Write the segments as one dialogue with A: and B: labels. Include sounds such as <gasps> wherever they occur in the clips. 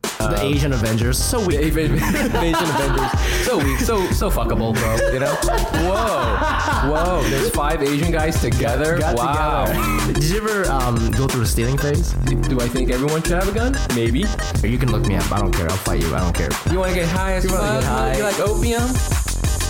A: the Asian Avengers. So weak.
B: <laughs> Asian Avengers. So weak, so so fuckable, bro. You know? Whoa, whoa. There's five Asian guys together.
A: Got
B: wow.
A: together. Did you ever um, go through a stealing phase?
B: Do I think everyone should have a gun? Maybe.
A: You can look me up. I don't care. I'll fight you. I don't care.
B: You want to get high as
A: wanna
B: fuck?
A: get high.
B: You like opium?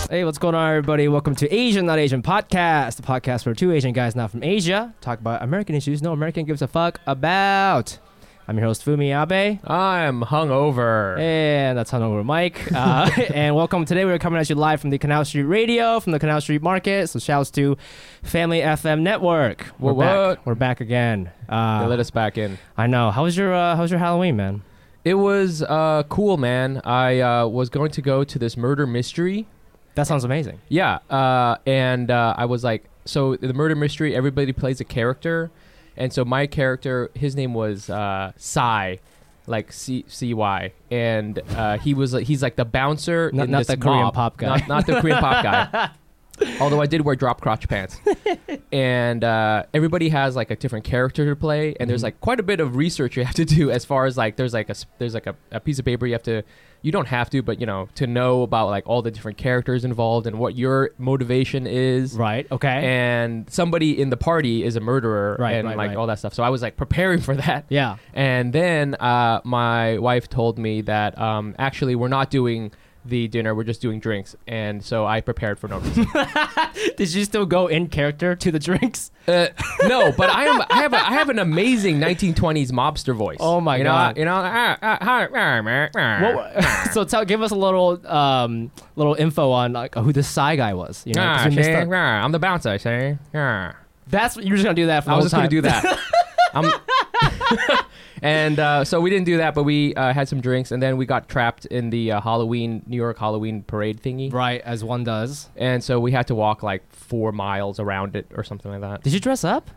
C: Hey, what's going on, everybody? Welcome to Asian Not Asian Podcast, the podcast where two Asian guys not from Asia talk about American issues no American gives a fuck about. I'm your host, Fumi Abe.
D: I'm hungover.
C: And that's Hanover Mike. Uh, <laughs> and welcome. Today we're coming at you live from the Canal Street Radio, from the Canal Street Market. So shouts to Family FM Network. We're
D: What, what?
C: back. We're back again.
D: They
C: Uh,
D: let us back in.
C: I know. How was your uh, How was your Halloween, man?
D: It was uh, cool, man. I uh, was going to go to this murder mystery.
C: That sounds amazing.
D: Yeah, uh, and uh, I was like, so the murder mystery, everybody plays a character, and so my character, his name was uh, Psy, like C C Y, and uh, he was like, he's like the bouncer,
C: Not-
D: in
C: not
D: this
C: the Korean
D: mob.
C: pop guy.
D: not, not the Korean
C: <laughs>
D: pop guy. Although I did wear drop crotch pants, and uh, everybody has like a different character to play, and
C: Mm-hmm.
D: there's like quite a bit of research you have to do as far as like there's like a s- there's like a, a piece of paper you have to you don't have to, but you know to know about like all the different characters involved and what your motivation is,
C: Right. Okay.
D: and somebody in the party is a murderer,
C: Right,
D: and
C: right,
D: like
C: right.
D: all that stuff. So I was like preparing
C: <laughs>
D: for that,
C: yeah.
D: and then uh, my wife told me that um, actually we're not doing the dinner, we're just doing drinks. And so I prepared for
C: <laughs>
D: no reason.
C: Did you still go in character to the drinks?
D: uh, no, but I am I have a, I have an amazing 1920s mobster voice.
C: Oh my
D: you
C: God.
D: Know, you know, ah, ah, hi, ah, meh, meh.
C: What wa- <laughs> so tell, give us a little, um, little info on like who this Psy guy was. You know, 'cause
D: Ah,
C: we missed
D: see,
C: out-
D: ah, I'm the bouncer, see? Ah.
C: that's what- you're just gonna do that for.
D: I
C: the
D: was just
C: whole
D: gonna
C: time.
D: do <laughs> that. I'm, <laughs> and uh, so we didn't do that, but we uh, had some drinks, and then we got trapped in the uh, Halloween New York Halloween parade
C: <laughs>
D: thingy.
C: right as one does.
D: and so we had to walk like four miles around it or something like that.
C: Did you dress up?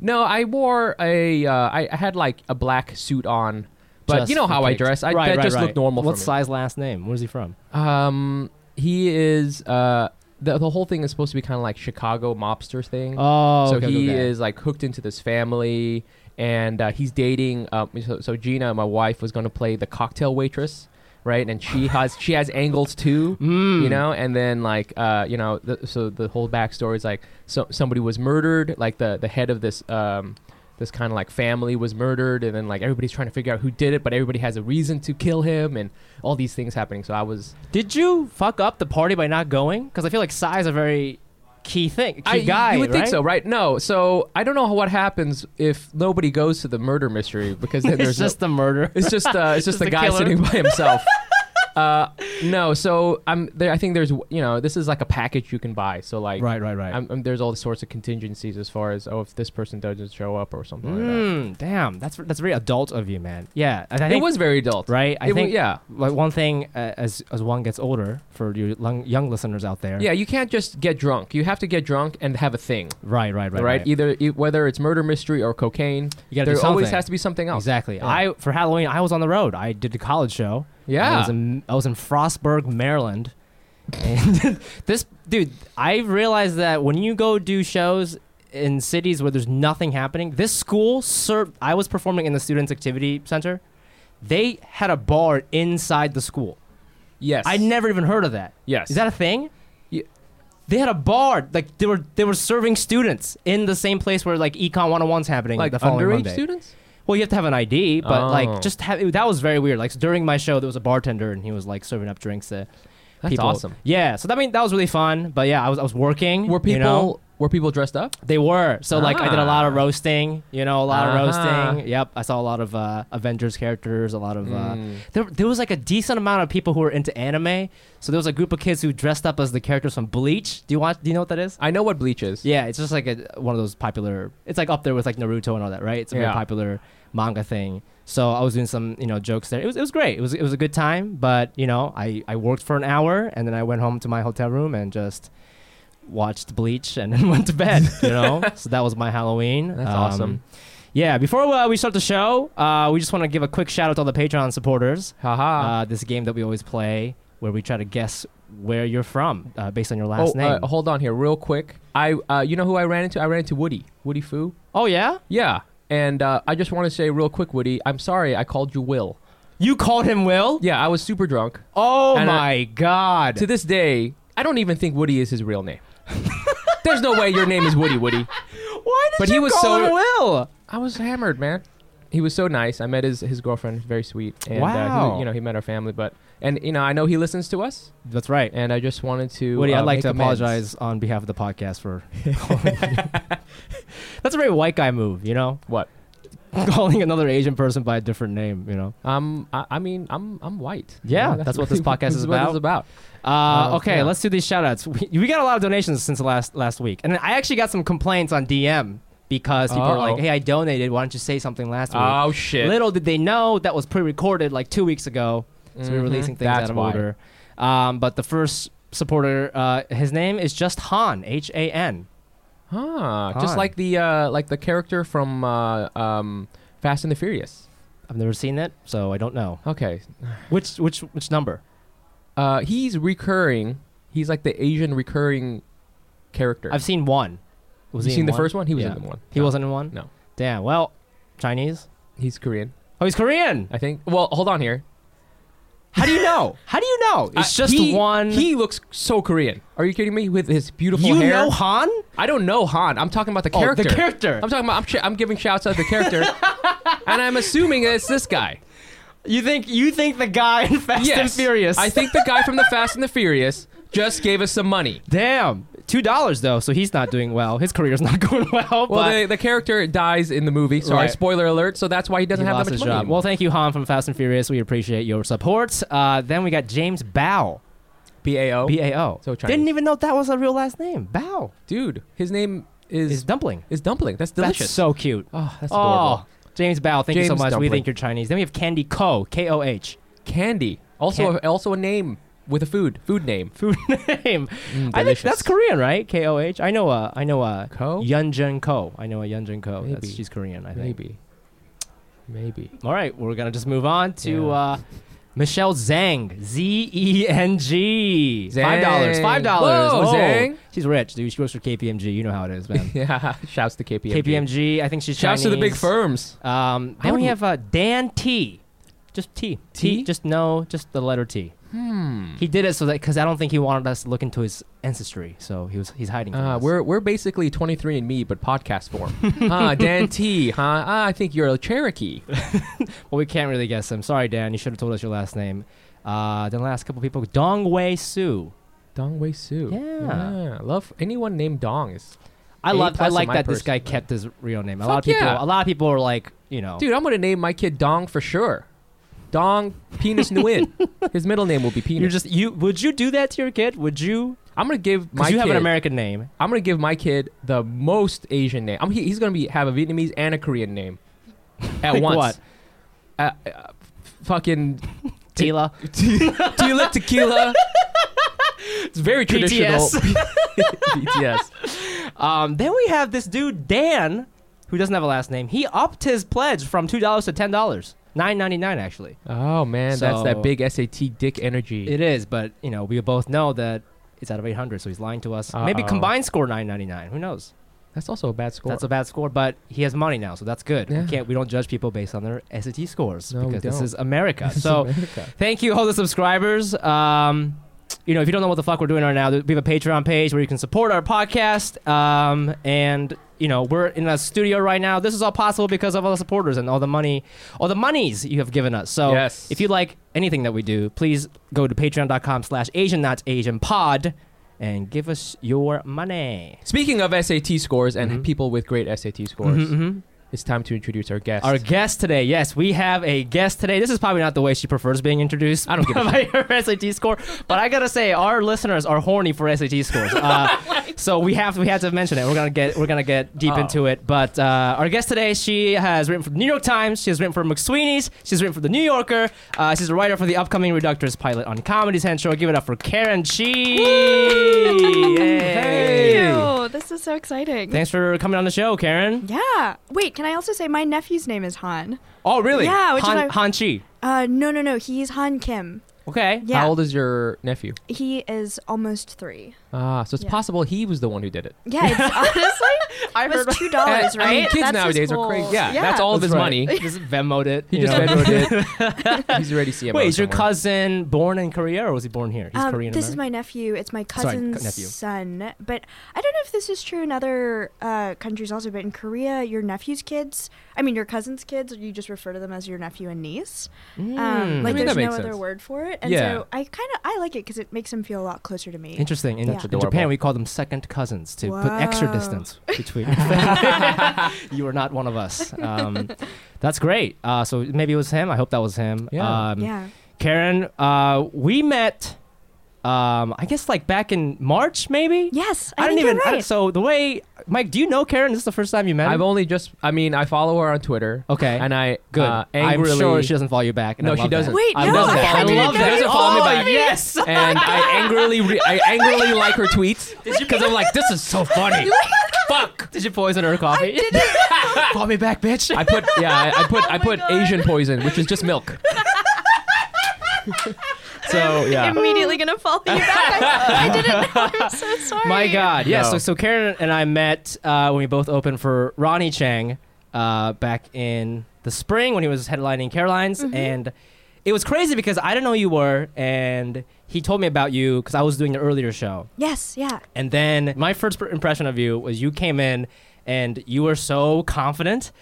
D: No, I wore a, uh, I, I had like a black suit on, but
C: Just
D: you know
C: for
D: how I
C: kicks.
D: dress. I
C: right,
D: that
C: right,
D: just
C: right.
D: looked normal
C: What's
D: for me.
C: Psy's last name? Where's he from?
D: Um, he is uh, the the whole thing is supposed to be kind of like Chicago mobster thing.
C: Oh,
D: so
C: okay,
D: he
C: okay.
D: is like hooked into this family, and uh, he's dating. Um, so, so Gina, my wife, was going to play the cocktail waitress, right?
C: <sighs>
D: And she has she has angles too,
C: Hmm.
D: you
C: Mm.
D: know. And then like uh, you know, the, so the whole backstory is like so somebody was murdered, like the the head of this. Um, this kind of like family was murdered, and then like everybody's trying to figure out who did it, but everybody has a reason to kill him, and all these things happening. So I was
C: Did you fuck up the party by not going? Because I feel like Psy's a very key thing, key
D: I,
C: guy.
D: You would
C: right?
D: think so, right? No. So I don't know what happens if nobody goes to the murder mystery because
C: <laughs>
D: then
C: It's
D: there's no-
C: just the murder.
D: <laughs> it's just uh,
C: <laughs>
D: it's just,
C: Just
D: the,
C: the
D: guy
C: killer.
D: sitting
C: <laughs>
D: by himself. uh, no. So I'm there. I think there's you know this is like a package you can buy. So like
C: Right, right, right.
D: I'm, I'm- there's all sorts of contingencies as far as oh if this person doesn't show up or something like
C: Mm, damn, that's that's very adult of you, man. Yeah, I I
D: that. It
C: think
D: was very adult,
C: right. I
D: it wa-
C: think
D: yeah.
C: Like one thing, uh, as as one gets older, for you lung, young listeners out there.
D: Yeah, you can't just get drunk. You have to get drunk and have a thing,
C: Right, right, right.
D: right?
C: right.
D: Either e- whether it's murder mystery or cocaine,
C: You gotta
D: there
C: do
D: always
C: something.
D: has to be something else.
C: Exactly.
D: Yeah.
C: I for Halloween, I was on the road. I did the college show.
D: Yeah.
C: I was in, I was in Frostburg, Maryland. And <laughs> this dude, I realized that when you go do shows in cities where there's nothing happening, this school, sir, I was performing in the Students Activity Center. They had a bar inside the school.
D: Yes,
C: I never even heard of that.
D: Yes.
C: Is that a thing?
D: Ye-
C: They had a bar, like they were they were serving students in the same place where like Econ 101's happening
D: like
C: the following
D: underage
C: Monday.
D: students.
C: Well, you have to have an ID, but
D: Oh.
C: like just have that was very weird. Like during my show, there was a bartender and he was like serving up drinks to
D: That's
C: people.
D: awesome.
C: Yeah, so that mean that was really fun. But yeah, I was I was working.
D: Were people
C: You know?
D: were people dressed up?
C: They were so like I did a lot of
D: Ah.
C: roasting. You know, a lot
D: Ah.
C: of roasting. Yep, I saw a lot of uh, Avengers characters. A lot of uh,
D: Mm.
C: there there was like a decent amount of people who were into anime. So there was a group of kids who dressed up as the characters from Bleach. Do you want? Do you know what that is?
D: I know what bleach is.
C: Yeah, it's just like a, one of those popular. It's like up there with like Naruto and all that, right? It's a very
D: Yeah.
C: popular manga thing. So I was doing some, you know, jokes there. It was it was great. It was it was a good time, but you know, I I worked for an hour and then I went home to my hotel room and just watched Bleach and then <laughs> went to bed. You
D: <laughs>
C: know, so that was my Halloween. Um,
D: That's awesome.
C: Yeah, before uh, we start the show, uh, we just want to give a quick shout out to all the Patreon supporters.
D: Haha.
C: Uh, this game that we always play, where we try to guess where you're from uh, based on your last
D: oh,
C: name.
D: Uh, hold on here, real quick. I uh, you know who I ran into? I ran into Woody. Woody Foo.
C: oh yeah,
D: Yeah. And uh, I just want to say real quick, Woody. I'm sorry I called you Will.
C: You called him Will?
D: Yeah, I was super drunk.
C: Oh
D: And
C: my god.
D: To this day, I don't even think Woody is his real name. <laughs> There's no way your name is Woody Woody.
C: Why did
D: But
C: you
D: he was
C: call
D: so-
C: him Will?
D: I was hammered, man. He was so nice. I met his his girlfriend, very sweet. And, Uh,
C: Wow.
D: he, you know, he met our family, but and you know, I know he listens to us,
C: That's right.
D: and I just wanted to.
C: Woody,
D: uh,
C: I'd like
D: make
C: to
D: amends.
C: apologize on behalf of the podcast <laughs> for calling you- <laughs> That's a very white guy move, you know?
D: What?
C: <laughs> calling another Asian person by a different name, you know?
D: Um, I, I mean, I'm I'm white.
C: Yeah,
D: You know,
C: that's what this podcast is
D: <laughs> what it's
C: about.
D: about.
C: Uh,
D: Uh,
C: okay,
D: yeah.
C: let's do these shout outs. We, we got a lot of donations since last last week. And I actually got some complaints on DM because people are
D: Uh-oh.
C: like, hey, I donated. Why don't you say something last week?
D: Oh shit!
C: Little did they know that was pre recorded like two weeks ago. So we're
D: Mhm.
C: releasing things
D: That's
C: out of
D: why.
C: order. Um, but the first supporter, uh, his name is just Han, H A N.
D: Huh? Just
C: Fine.
D: like the uh, like the character from uh, um, Fast and the Furious.
C: I've never seen it, so I don't know.
D: Okay,
C: Which which which number?
D: uh, he's recurring. He's like the Asian recurring character.
C: I've seen one. Was
D: you
C: he in
D: seen the
C: one?
D: first one? He was
C: Yeah.
D: in the one.
C: He
D: No.
C: wasn't in one.
D: No.
C: Damn. Well, Chinese.
D: He's Korean,
C: Oh, he's Korean.
D: I think. Well, hold on here.
C: How do you know? How do you
D: <laughs>
C: know? It's
D: Uh,
C: just
D: he-
C: one.
D: He looks so Korean. Are you kidding me? With his beautiful
C: you
D: hair.
C: know Han?
D: I don't know Han. I'm talking about the
C: Oh,
D: character.
C: the character.
D: I'm talking about. I'm, sh- I'm giving shouts out to
C: <laughs>
D: the character, and I'm assuming it's this guy.
C: You think you think the guy in Fast
D: yes,
C: and Furious?
D: I think the guy from the Fast and the Furious just gave us some money.
C: Damn. Two dollars though, so he's not doing well. His career's <laughs> not going well.
D: Well,
C: but
D: the, the character dies in the movie. Sorry,
C: Right.
D: spoiler alert. So that's why he doesn't
C: he
D: have
C: lost
D: that much
C: his
D: money.
C: job.
D: anymore.
C: Well, thank you, Han from Fast and Furious. We appreciate your support. Uh, then we got James Bao,
D: Bao.
C: B A O.
D: Oh. So Chinese.
C: didn't even know that was a real last name. Bao
D: Dude, his name is
C: is
D: is,
C: dumpling.
D: dumpling. That's delicious.
C: That's so cute.
D: oh, that's
C: Oh,
D: adorable.
C: James Bao, thank you so
D: James
C: much. We
D: Dumpling.
C: think you're Chinese. Then we have Candy Ko, K O H. <laughs>
D: Candy. Also,
C: Can-
D: a, also a name with a food food name.
C: Food name.
D: Mm,
C: I think
D: delicious.
C: that's Korean, right? K O H. I know a. I know a.
D: Ko?
C: Yunjin Ko. I know a Yunjin Ko. That's-
D: Maybe.
C: She's Korean, I think.
D: Maybe. Maybe.
C: All right, we're gonna just move on to
D: Yeah.
C: uh, Michelle Zhang, Z E N G.
D: Zhang.
C: Five dollars. Five dollars.
D: Whoa, Zhang.
C: She's rich, dude. She works for KPMG. You know how it is,
D: <laughs>
C: man.
D: Yeah. <laughs> Shouts to KPMG.
C: KPMG. I think she's
D: Shouts to the big
C: Chinese.
D: firms.
C: Um, then
D: I
C: we
D: would-
C: have uh, Dan T. Just T.
D: T?
C: Just no. Just the letter T.
D: Hmm.
C: He did it so that because I don't think he wanted us to look into his ancestry, so he was he's hiding. From
D: Uh,
C: us.
D: we're we're basically 23andMe but podcast form. <laughs> Ah, Dan T. Huh? Ah, I think you're a Cherokee.
C: Well, we can't really guess him. Sorry, Dan. You should have told us your last name. Uh, then last couple people, Dong Wei Su.
D: Dong Wei Su.
C: Yeah.
D: Love anyone named Dong is.
C: I
D: A
C: love. I
D: plus on
C: like
D: my
C: that this guy
D: person, man.
C: kept his real name. A
D: Fuck
C: lot of people.
D: yeah.
C: A lot of people are like, you know,
D: Dude, I'm gonna name my kid Dong for sure. Dong Penis Nguyen. His middle name will be Penis.
C: you're just you. Would you do that to your kid? Would you?
D: I'm gonna give my
C: Because you
D: kid.
C: have an American name.
D: I'm gonna give my kid the most Asian name. I'm, he, he's gonna be have a Vietnamese and a
C: <laughs>
D: Korean name at
C: Like
D: once.
C: what?
D: Uh, uh, fucking
C: Tila.
D: tequila, tequila. it's very traditional. BTS.
C: Um, then we have this dude Dan, who doesn't have a last name. He upped his pledge from two dollars to ten dollars. Nine ninety nine actually.
D: Oh man, that's
C: So-
D: that big SAT dick energy.
C: It is, but you know, we both know that it's out of 800, so he's lying to us. Maybe
D: Uh-oh.
C: combined score 999. Who knows?
D: that's also a bad score.
C: That's a bad score, but he has money now, so that's good.
D: Yeah.
C: We can't. We don't judge people based on their SAT scores
D: No, we
C: because this
D: don't.
C: is
D: <laughs>
C: America.
D: That's
C: so
D: America.
C: thank you all the subscribers. Um, you know, if you don't know what the fuck we're doing right now, there- we have a Patreon page where you can support our podcast. Um, and you know, we're in a studio right now. This is all possible because of all the supporters and all the money, all the monies you have given us. So
D: Yes.
C: if you like anything that we do, please go to patreon.com slash Asian Not Asian Pod and give us your money.
D: Speaking of SAT scores and people with great SAT scores,
C: Mhm, mhm.
D: it's time to introduce Mm-hmm, our guest.
C: Our guest today, yes, we have a guest today. This is probably not the way she prefers being introduced.
D: I don't give
C: <laughs>
D: a
C: by her SAT score, but I gotta say, our listeners are horny for SAT <laughs> scores. Uh, so we have we had to mention it. We're gonna get we're gonna get deep
D: Oh.
C: into it. But uh, our guest today, she has written for the New York Times. She has written for McSweeney's. She's written for the New Yorker. Uh, she's a writer for the upcoming Reductress pilot on Comedy Central. Give it up for Karen Chi. Yay.
E: Ew, this is so exciting.
C: Thanks for coming on the show, Karen.
E: yeah. Wait, can I also say my nephew's name is Han?
C: Oh, really?
E: Yeah, which is
C: Han,
E: why-
C: Han Chi.
E: Uh, no, no, no. He's Han Kim.
C: Okay.
E: Yeah.
D: How old is your nephew?
E: He is almost three.
D: Ah, so it's
E: Yeah.
D: possible he was the one who did it.
E: Yeah, it's honestly, I was two dollars,
D: <laughs> I
E: right?
D: mean, kids
E: That's his
D: nowadays are
E: whole-
D: crazy. Yeah, that's all of his
C: That's right.
D: money.
C: <laughs> Just Venmoed it.
D: He
C: you
D: just
C: know?
E: <laughs>
D: Venmoed it. <laughs> He's already CMO.
C: Wait, is your
D: somewhere.
C: cousin born in Korea or was he born here? He's
E: Um,
C: Korean.
E: this is my nephew. It's my
C: Sorry, co-
E: cousin's
C: nephew.
E: son. But I don't know if this is true in other uh, countries also, but in Korea, your nephew's kids, I mean, your cousin's kids, you just refer to them as your nephew and niece.
C: Hmm.
E: Um, like,
D: I mean, that
E: there's no
D: makes
E: other
D: sense.
E: word for it. And
D: Yeah.
E: so I kind of, I like it because it makes them feel a lot closer to me.
C: Interesting. In,
E: Yeah. That's
C: in
D: adorable.
C: Japan, we call them second cousins to put extra
E: Wow.
C: distance
E: <laughs>
C: between. <laughs> you are not one of us. Um, that's great. Uh, so maybe it was him. I hope that was him.
D: Yeah.
C: Um,
E: yeah.
C: Karen, uh, we met. Um, I guess like back in March, maybe.
E: Yes, I,
C: I, didn't
E: think
C: even.
E: You're
C: I-
E: right.
C: so the way, Mike, do you know Karen? This is the first time you met.
D: I've
C: him?
D: only just. I mean, I follow her on Twitter.
C: okay.
D: And I
C: Good.
D: Uh,
C: I'm
D: angrily,
C: sure she doesn't follow you back. and I
D: No, she
C: love that.
D: doesn't.
E: Wait,
D: I
E: no,
D: doesn't
E: I
D: follow me.
E: didn't
D: She
E: know Oh,
D: doesn't
E: you
D: follow me
E: followed
D: back.
E: me. <laughs>
D: Yes, and I angrily, re- I angrily like her tweets because I'm like, this is so funny. Fuck.
C: Did you poison her coffee?
D: <laughs>
C: Call me back, bitch.
D: I put yeah, I, I put I put
E: God.
D: Asian poison, which is just milk. so yeah.
E: immediately going to follow you back. I, I didn't know. I'm so sorry.
C: My God, yeah.
D: No.
C: So, so Karen and I met uh, when we both opened for Ronnie Chang uh, back in the spring when he was headlining Caroline's,
E: Mm-hmm.
C: and it was crazy because I didn't know you were, and he told me about you because I was doing the earlier show,
E: Yes, yeah.
C: and then my first pr- impression of you was you came in. And you were so confident,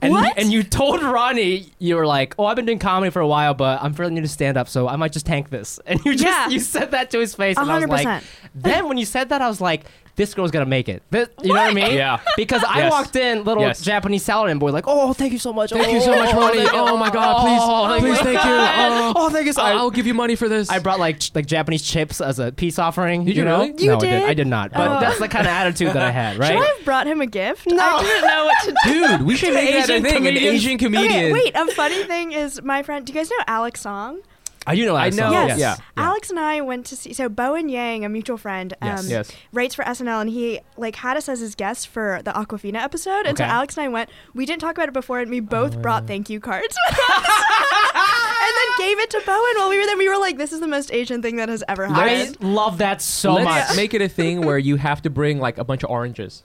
C: and
E: What?
C: and you told Ronnie you were like, "Oh, I've been doing comedy for a while, but I'm fairly new to stand up, so I might just tank this." <laughs> And you just
E: Yeah.
C: you said that to his face, and I was like,
E: 100%.
C: then when you said that, I was like, this girl's gonna make it. Th- you know what I mean?
D: Yeah.
C: Because I
D: Yes.
C: walked in, little
D: Yes.
C: Japanese salaryman boy, like, oh, thank you so much.
D: Thank you so much, Ronnie. Oh my God! Please, please, thank
C: <laughs>
D: you. Oh,
C: Oh, thank you so
D: I-
C: much.
D: I'll give you money for this.
C: I brought like ch- like Japanese chips as a peace offering.
D: Did you
C: know?
D: really?
E: You
C: no, I did.
E: did?
C: I did not. But
E: Oh.
C: that's the kind of attitude that I <laughs> had,
E: Should I
C: right?
E: have brought him a gift? No. I didn't know what to do.
D: Dude, we should make that a
C: Asian
D: thing. An
C: comedian.
D: Asian comedian.
E: Okay, wait. A funny thing is, my friend. Do you guys know Alex Song?
C: I do know.
D: I
C: Alex Song,
D: know.
E: yes.
D: Yeah.
E: Alex and I went to see. So Bowen Yang, a mutual friend, um,
C: Yes.
D: Yes.
E: writes for SNL, and he like had us as his guest for the Aquafina episode. And so
C: Okay. Oh.
E: Alex and I went. We didn't talk about it before, and we both brought thank you cards. <laughs> with us. And then gave it to Bowen while we were there. We were like, "This is the most Asian thing that has ever
C: I
E: happened."
C: love that so
D: Let's
C: much.
D: <laughs> make it a thing where you have to bring like a bunch of oranges.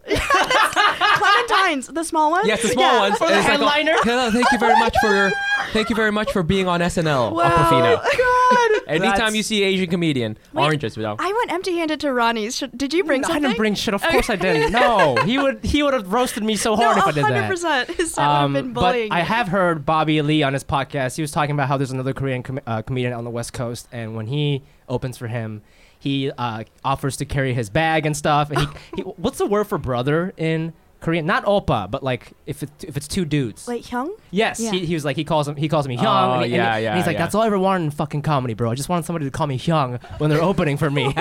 E: Clementines, the small ones.
D: Yes, the
E: <laughs>
D: small
E: Yeah.
D: ones.
C: For the
D: It's like, oh,
C: headliner.
D: <laughs> hello, thank you very much for your, thank you very much for being on SNL,
E: Wow.
D: Aquafina.
E: God.
D: Anytime
C: That's-
D: you see Asian comedian,
E: Wait,
D: oranges, you know.
E: I went empty-handed to Ronnie's. Should, did you bring
C: I
E: something?
C: didn't bring shit. Of course I didn't. No, he would he would have roasted me so hard
E: no,
C: if I did that.
E: 100%. His son would have been
C: Um, but
E: bullying.
C: I
E: you.
C: have heard Bobby Lee on his podcast. He was talking about how there's another Korean com- uh, comedian on the West Coast, and when he opens for him, he uh, offers to carry his bag and stuff.
E: <laughs>
C: And he, he, what's the word for brother in Korean? Not oppa, but like if it, if it's two dudes.
E: Like Hyung?
C: yes,
E: yeah.
C: he, he was like he calls him he calls me Hyung.
D: Oh,
C: and he- and
D: yeah,
C: he-
D: yeah,
C: and he's like
D: yeah.
C: that's all I ever wanted in fucking comedy, bro. I just wanted somebody to call me Hyung when
E: <laughs>
C: they're opening for me.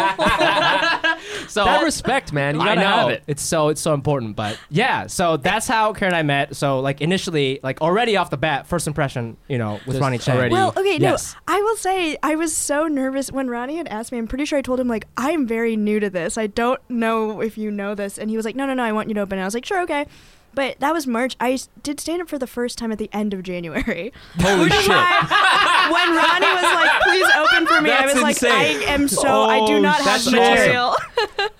C: so
D: that respect, man. You
C: I
D: gotta
C: know.
D: have it.
C: It's so it's so important, but yeah. So that's how Karen and I met. So like initially, like already off the bat, first impression, you know, with
D: Just
C: Ronnie Chang.
D: already.
E: Well, okay,
C: Yes.
E: no. I will say I was so nervous when Ronnie had asked me. I'm pretty sure I told him like I'm very new to this. I don't know if you know this, and he was like, "No, no, no. I want you to open." And I was like, "Sure, okay." But that was March. I s- did stand up for the first time at the end of January. <laughs>
D: Holy
E: Which is
D: shit.
E: why when Ronnie was like, "Please open for me," I
D: That's
E: was like,
D: insane.
E: "I am so I do
C: Oh,
E: not have
D: that's
E: the material."
D: <laughs>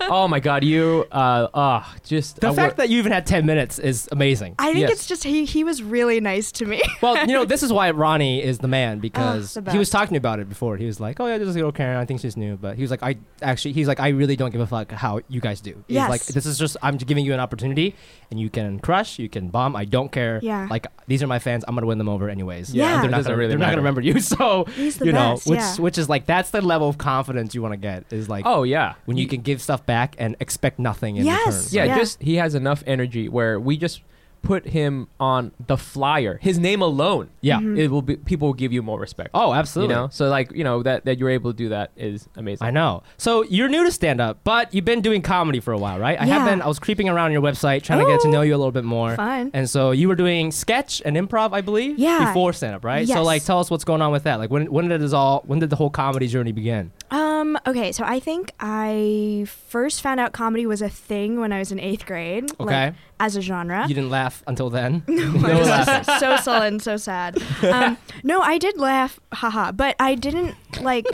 D: Oh my god, you uh uh just
C: The
D: I
C: fact
D: wor-
C: that you even had ten minutes is amazing.
E: I think
D: Yes.
E: it's just he he was really nice to me.
C: well,
E: <laughs>
C: you know, this is why Ronnie is the man because
E: Oh, the
C: he was talking about it before. He was like, "Oh yeah, this is little Karen. I think she's new," but he was like, "I actually, he's like, I really don't give a fuck how you guys do. He's
E: Yes.
C: like, this is just I'm giving you an opportunity, and you can crush, you can bomb. I don't care.
E: Yeah.
C: like these are my fans. I'm gonna win them over anyways.
E: Yeah.
C: And they're
E: It
C: not
D: doesn't
C: gonna
D: really
C: they're not
D: matter.
C: gonna remember you. <laughs> So
E: He's the
C: you know,
E: best,
C: which
E: yeah.
C: which is like that's the level of confidence you want to get is like
D: Oh yeah.
C: when you can give stuff back and expect nothing in
E: Yes.
C: return.
D: yeah,
E: Yeah.
D: just he has enough energy where we just put him on the flyer. His name alone.
C: Yeah.
E: Mm-hmm.
D: It will be people will give you more respect.
C: Oh, absolutely.
D: You know? So like, you know, that that you're able to do that is amazing.
C: I know. So you're new to stand up, but you've been doing comedy for a while, right? I have
E: Yeah.
C: been. I was creeping around your website trying to get to
E: Oh.
C: know you a little bit more.
E: Fine.
C: And so you were doing sketch and improv, I believe.
E: Yeah.
C: Before stand up, right? So
E: Yes.
C: like, tell us what's going on with that. Like, when when did this all? When did the whole comedy journey begin?
E: Um, okay, so I think I first found out comedy was a thing when I was in eighth grade.
C: Okay.
E: Like, as a genre.
C: You didn't laugh until
E: <laughs>
C: then.
E: I
C: No
E: was
C: laugh.
E: just so sullen, so sad.
D: <laughs>
E: Um, no, I did laugh, haha, but I didn't like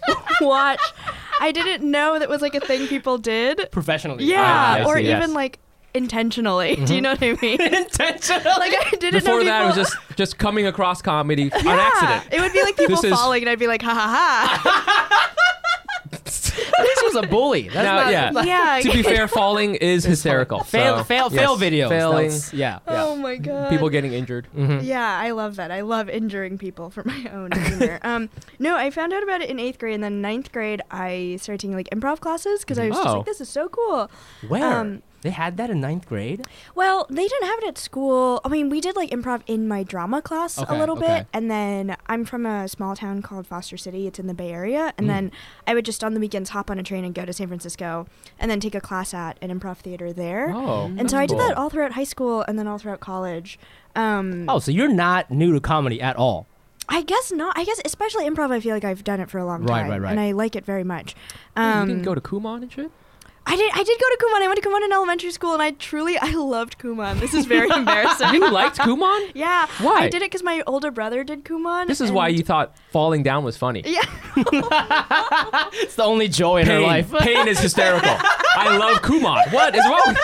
E: <laughs> watch. I didn't know that was like a thing people did.
C: professionally.
E: Yeah,
D: I
E: or
D: see,
E: even
D: yes. Mm-hmm.
E: like intentionally. <laughs> Do you know what I
C: <laughs>
E: mean? <laughs>
C: intentional.
E: like I didn't know
D: Before
E: people.
D: that, it was just just coming across comedy
E: <laughs> yeah,
D: on accident.
E: It would be like people
D: This is-
E: falling, and I'd be like, ha ha
D: <laughs>
E: ha.
C: this was a bully. That's
D: Now,
C: not
D: yeah.
E: <laughs> yeah.
D: To be fair,
E: <laughs>
D: falling is hysterical.
C: fail,
D: so,
C: fail,
D: yes,
C: fail videos.
D: Failing,
C: That's- yeah.
E: Oh my god.
D: people getting injured.
C: Mm-hmm.
D: <laughs>
E: Yeah, I love that. I love injuring people for my own humor.
D: <laughs>
E: um, no, I found out about it in eighth grade, and then ninth grade, I started taking like improv classes because I was just
D: Oh.
E: like, this is so cool.
C: Where
E: Um,
C: they had that in ninth grade.
E: Well, they didn't have it at school. I mean, we did like improv in my drama class a
D: Okay,
E: little
D: okay.
E: bit, and then I'm from a small town called Foster City. It's in the Bay Area,
D: Hmm.
E: and then I would just on the weekends hop on a train and go to San Francisco, and then take a class at an improv theater there.
D: Oh.
E: and so I did
D: cool.
E: that all throughout high school and then all throughout college. Um,
C: Oh, so you're not new to comedy at all.
E: I guess not. I guess especially improv. I feel like I've done it for a long
C: Right,
E: time,
C: right, right.
E: and I like it very much.
D: Hey,
E: Um,
D: you didn't go to Kumon and shit?
E: I did. I did go to Kumon. I went to Kumon in elementary school, and I truly I loved Kumon. This
D: <laughs>
E: is very embarrassing.
D: You liked
E: <laughs>
D: Kumon?
E: Yeah,
D: Why?
E: I did it because my older brother did Kumon.
D: This is why
E: and-
D: you thought falling down was funny.
E: Yeah,
C: It's the only joy in her life.
D: pain is hysterical. I love Kumon. What is wrong?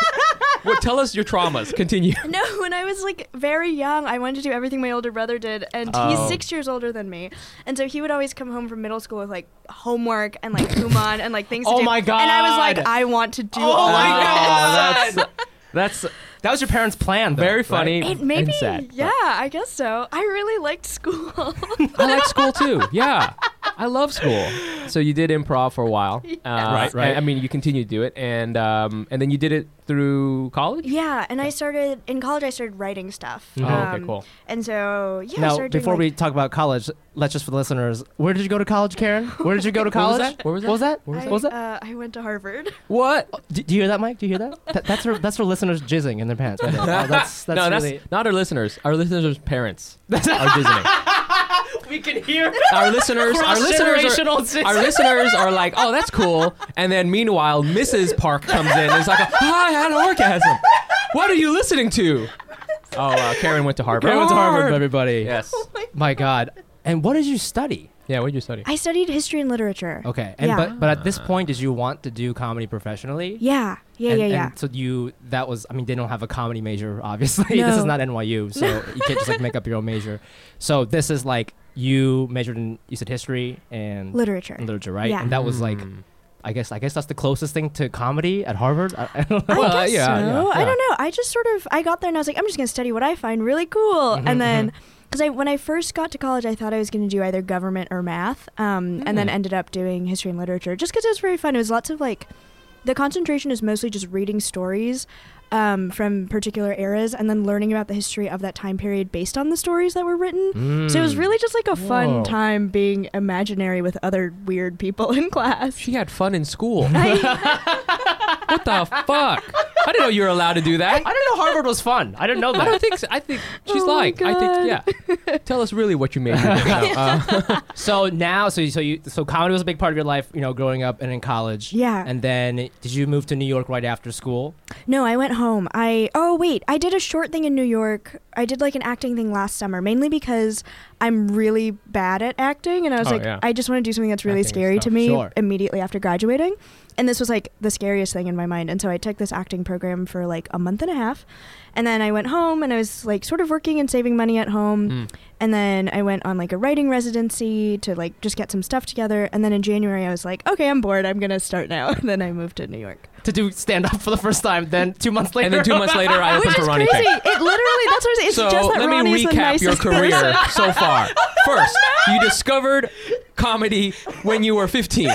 D: Well, tell us your traumas. Continue.
E: <laughs> no. When I was like very young, I wanted to do everything my older brother did, and
D: Oh.
E: he's six years older than me, and so he would always come home from middle school with like homework and like Kumon and like
D: <laughs>
E: things.
C: Oh
E: to do.
C: my
E: And I was like,
C: God.
E: I want to
C: <laughs>
E: do.
C: Oh
E: all
C: my
E: of
C: God.
E: this.
D: Oh, that's that's
C: Ah, That was your parents' plan. though,
D: very
C: right?
D: funny
E: It maybe,
D: and sad.
E: yeah, I guess so. I really liked school. <laughs>
D: I like school too. Yeah, I love school. So you did improv for a while, uh,
C: Right, right.
D: and- I mean, you continue to do it, and um, and then you did it through college.
E: yeah, and I started in college. I started writing stuff.
C: Mm-hmm.
E: Um,
D: Oh, okay, cool.
E: And so yeah, I
C: Now,
E: started doing,
C: before
E: like-
C: we talk about college, let's just for the listeners, where did you go to college, Karen? Where did you go to college?
D: that? Where was that?
C: What was that?
D: Where
E: I,
C: What was that?
E: Uh, I went to Harvard.
D: What?
C: Do, do you hear that, Mike? Do you hear that? That- that's her. That's her listeners jizzing in their <laughs> pants. Right there. Wow, that's that's
D: <laughs> no,
C: <laughs> really.
D: that's not our listeners. Our listeners' parents are Disney.
C: we can hear
D: Our listeners, our listeners, are, our
C: generational.
D: listeners are like, oh, that's cool. And then meanwhile, Mrs. Park comes in and is like, I had
C: <laughs>
D: an orgasm. What are you listening to? Oh, uh, Karen went to Harvard.
C: Karen went to Harvard, everybody.
D: Yes.
C: My God. And what did you study?
D: Yeah. What did you study?
E: I studied history and literature.
C: Okay. And
E: Yeah.
C: but but at this point, did you want to do comedy professionally?
E: Yeah, yeah,
C: and,
E: yeah, yeah.
C: And so you that was I mean they don't have a comedy major <laughs> obviously. this is
E: No.
C: not NYU, so you can't just like make up your own major. So this is like you measured in you said history and
E: literature.
C: and literature, right?
E: Yeah.
C: And that was like
D: Mm.
C: I guess I guess that's the closest thing to comedy at Harvard. I, <laughs> I don't know.
E: I
D: Well,
E: guess
D: yeah,
E: so.
D: yeah,
E: I
D: yeah.
E: don't know. I just sort of I got there and I was like, I'm just gonna study what I find really cool,
D: Mm-hmm,
E: and then. Because I, when I first got to college, I thought I was going to do either government or math, um, and
D: Mm.
E: then ended up doing history and literature just because it was very fun. It was lots of like, the concentration is mostly just reading stories um, from particular eras and then learning about the history of that time period based on the stories that were written. So it was really just like a fun
D: Mm. Whoa.
E: time being imaginary with other weird people <laughs> in class.
D: She had fun in school. what <laughs> the fuck? I didn't know you were allowed to do that.
C: I don't know Harvard was fun. I didn't know
D: I
E: <laughs>
C: that.
D: don't think so. I think she's
E: Oh my
D: lying. I think yeah. Tell us really what you made. No, uh,
C: so now so you- so you so comedy was a big part of your life, you know, growing up and in college.
E: Yeah.
C: And then did you move to New York right after school?
E: No, I went home. I oh wait, I did a short thing in New York. I did like an acting thing last summer, mainly because I'm really bad at acting, and I was
D: Oh,
E: like,
D: yeah.
E: I just want to do something that's really
D: Acting is
E: scary to
D: tough.
E: me
C: Sure.
E: immediately after graduating, and this was like the scariest thing in my mind. And so I took this acting program for like a month and a half, and then I went home and I was like sort of working and saving money at home,
D: Mm. Hmm.
E: and then I went on like a writing residency to like just get some stuff together, and then in January I was like, okay, I'm bored. I'm gonna start now. <laughs> and then I moved to New York.
C: To do stand up for the first time, then two months later.
D: and then two months later, I opened
E: Which
D: for
E: is
D: Ronnie
E: crazy.
D: Fink.
E: It literally, that's what I'm saying. It's
D: So
E: just that
D: let
E: Ronnie
D: me
E: is the
D: recap your
E: nicest person. <laughs>
D: career so far. First, you discovered comedy when you were 15.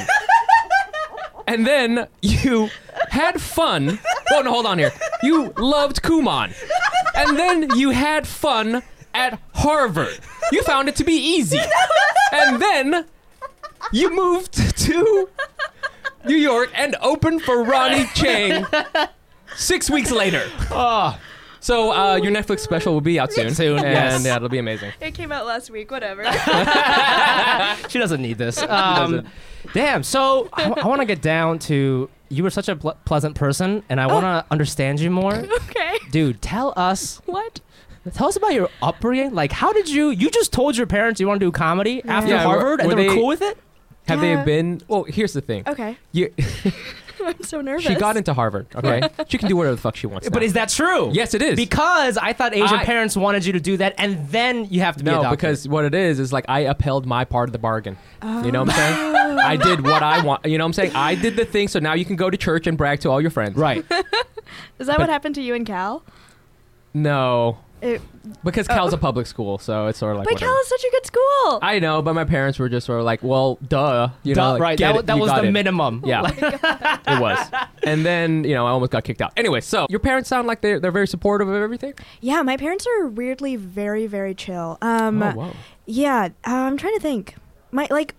D: And then you had fun. Oh, no, hold on here. You loved Kumon. And then you had fun at Harvard. You found it to be easy. And then you moved to New York and opened for Ronnie Chang six weeks later.
C: <laughs> Oh, <laughs>
D: So uh, your Netflix special will be out soon.
C: Soon,
D: and
C: yes.
D: yeah, it'll be amazing.
E: It came out last week, whatever.
C: she doesn't need
D: <laughs>
C: this. Um, damn. So I, want to get down to you were such a ple- pleasant person, and I want
D: Oh.
C: to understand you
D: <laughs>
C: more,
E: <laughs> okay.
C: dude. Tell us,
E: What?
C: tell us about your upbringing. Like, how did you? You just told your parents you want to do comedy after
D: Yeah, were-
C: Harvard, and
D: were
C: they were
D: they-
C: cool with it.
D: Have
E: Yeah.
D: they been? Well, here's the thing.
E: Okay.
D: You,
E: <laughs> I'm so nervous.
D: she got into Harvard. Okay, <laughs> she can do whatever the fuck she wants.
C: But
D: now.
C: is that true?
D: yes, it is.
C: Because I thought Asian
D: I-
C: parents wanted you to do that, and then you have to be a
D: no,
C: doctor.
D: because what it is is like I upheld my part of the bargain. You know what I'm saying?
E: Oh.
D: I did what I want. You know what I'm saying? I did the thing, so now you can go to church and brag to all your friends.
C: right.
E: Oh. Is that what happened to you and Cal?
D: No,
E: It,
D: because Cal's a public school, so it's sort of like.
E: but
D: whatever.
E: Cal is such a good school.
D: I know, but my parents were just sort of like, well, duh. You
C: Duh,
D: know, like,
C: right.
D: get
C: That,
D: it,
C: wa- that
D: you
C: was
D: got
C: the
D: it.
C: minimum.
D: <laughs> Yeah,
C: uh,
D: it was. And then you know, I almost got kicked out. Anyway, so your parents sound like they're they're very supportive of everything.
E: yeah, my parents are weirdly very very chill. Um,
D: oh, wow.
E: Yeah, uh, I'm trying to think. My like,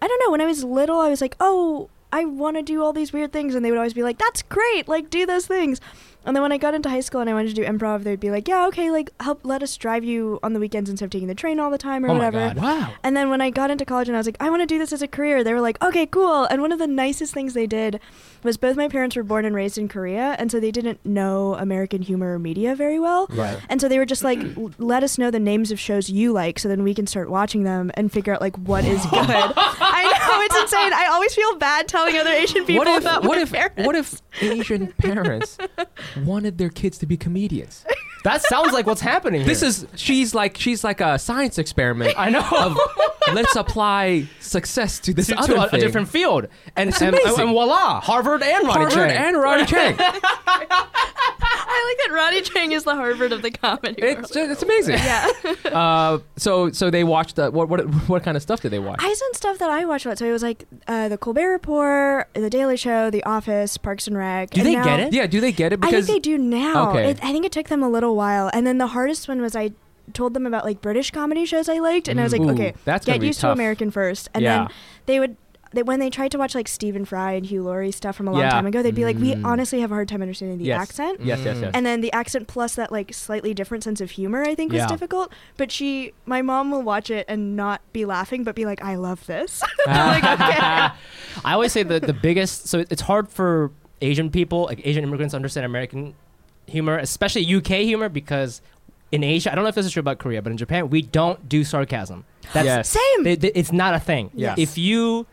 E: I don't know. When I was little, I was like, oh, I want to do all these weird things, and they would always be like, that's great, like do those things. And then when I got into high school and I wanted to do improv, they'd be like, yeah, okay, like help let us drive you on the weekends instead of taking the train all the time or
D: Oh my
E: whatever.
D: God.
C: Wow.
E: And then when I got into college and I was like, I want to do this as a career, they were like, okay, cool. And one of the nicest things they did was both my parents were born and raised in Korea, and so they didn't know American humor or media very well.
C: Right.
E: And so they were just like, "L- let us know the names of shows you like so then we can start watching them and figure out like
D: <laughs>
E: what is good. I know, it's insane. I always feel bad telling other Asian people
D: What if
E: about
D: what
E: my
D: if
E: parents. <laughs>
D: what if Asian
C: <laughs>
D: parents wanted their kids to be comedians?
C: That sounds like what's happening. Here.
D: This is she's like she's like a science experiment.
C: I know. <laughs>
D: Of let's apply success to this
C: to,
D: other
C: to a, a
D: thing.
C: different field. And, and, and,
D: amazing.
C: voila, Harvard and Ronnie
D: Harvard
C: Chang.
D: and
C: <laughs>
D: Ronnie Chang.
E: I like that Ronnie Chang is the Harvard of the comedy
D: It's just, it's amazing.
E: yeah.
D: Uh, so so they watched uh, what what what kind of stuff did they watch?
E: I sent stuff that I watch a lot. So it was like uh, the Colbert Report, The Daily Show, The Office, Parks and Rec.
C: Do
E: and
C: they
E: now-
C: get it?
D: yeah, do they get it?
E: I
D: Because
E: think they do now.
D: Okay.
E: It, I think it took them a little while. And then the hardest one was I told them about like British comedy shows I liked, and I was like,
D: Ooh,
E: okay,
D: that's gonna
E: get
D: be
E: used to
D: tough.
E: American first. And
D: Yeah.
E: then they would. They, when they tried to watch like Stephen Fry and Hugh Laurie stuff from a long
D: Yeah.
E: time ago, they'd be like, "We
D: Mm.
E: honestly have a hard time understanding the
D: Yes.
E: accent."
D: Yes, yes, yes.
E: And then the accent plus that like slightly different sense of humor, I think, was
D: Yeah.
E: difficult. But she, my mom, will watch it and not be laughing, but be like, "I love this." <laughs> I'm like,
C: Ah.
E: okay.
C: <laughs> I always say that the biggest. So it's hard for Asian people, like Asian immigrants, to understand American humor, especially UK humor, because in Asia, I don't know if this is true about Korea, but in Japan, we don't do sarcasm. That's
D: Yes.
E: Same.
C: they- they- it's not a thing.
E: Yes.
C: If you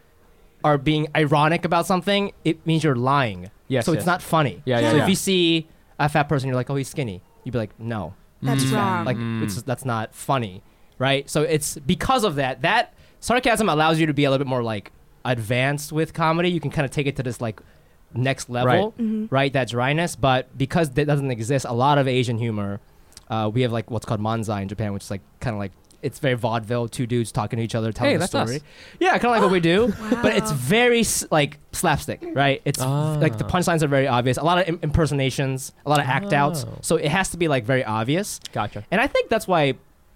C: are being ironic about something, it means you're lying.
D: Yes,
C: so
D: yes.
C: it's not funny.
D: Yeah, yeah,
C: So
D: yeah.
C: if you see a fat person, you're like, oh, he's skinny. You'd be like, no,
E: That's
D: Mm.
C: he's fat.
E: wrong.
C: Like it's, that's not funny, right? So it's because of that that sarcasm allows you to be a little bit more like advanced with comedy. You can kind of take it to this like next level, right? That dryness, but because that doesn't exist, a lot of Asian humor. Uh, we have like what's called manzai in Japan, which is like kind of like it's very vaudeville, two dudes talking to each other, telling
D: Hey,
C: a
D: that's
C: story.
D: us.
C: Yeah, kind of like what we do, <laughs> but it's
E: Wow.
C: very s- like slapstick, right? It's
D: Ah.
C: like the punchlines are very obvious. A lot of Im- impersonations, a lot of act outs,
D: Oh.
C: so it has to be like very obvious.
D: Gotcha.
C: And I think that's why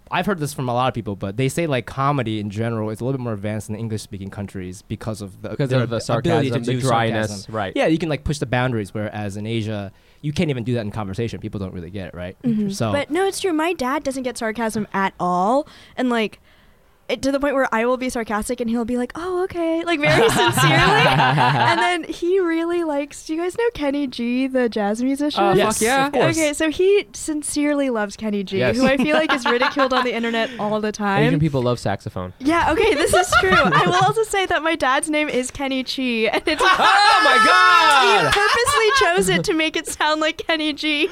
C: I've heard this from a lot of people, but they say like comedy in general is a little bit more advanced in English speaking countries because of the
D: Because
C: their
D: of the
C: ability
D: sarcasm,
C: to
D: the
C: do
D: dryness,
C: sarcasm.
D: right?
C: Yeah, you can like push the boundaries, whereas in Asia you can't even do that in conversation. People don't really get it, right? So
E: Mm-hmm. But no, it's true. My dad doesn't get sarcasm at all, and like. It, to the point where I will be sarcastic and he'll be like, "Oh, okay,"
C: <laughs>
E: like very sincerely. and then he really likes. Do you guys know Kenny G, the jazz musician?
D: Uh,
C: Oh, Yes,
D: fuck yeah.
C: of course.
E: Okay, so he sincerely loves Kenny G,
D: Yes.
E: who I feel like
C: <laughs>
E: is ridiculed on the internet all the time.
D: Asian people love saxophone. <laughs>
E: yeah, okay, this is true. I will also say that my dad's name is Kenny Chi, and
C: <laughs>
E: it's
C: Ah!
D: Oh my
E: he
D: god!
E: purposely chose it to make it sound like Kenny G.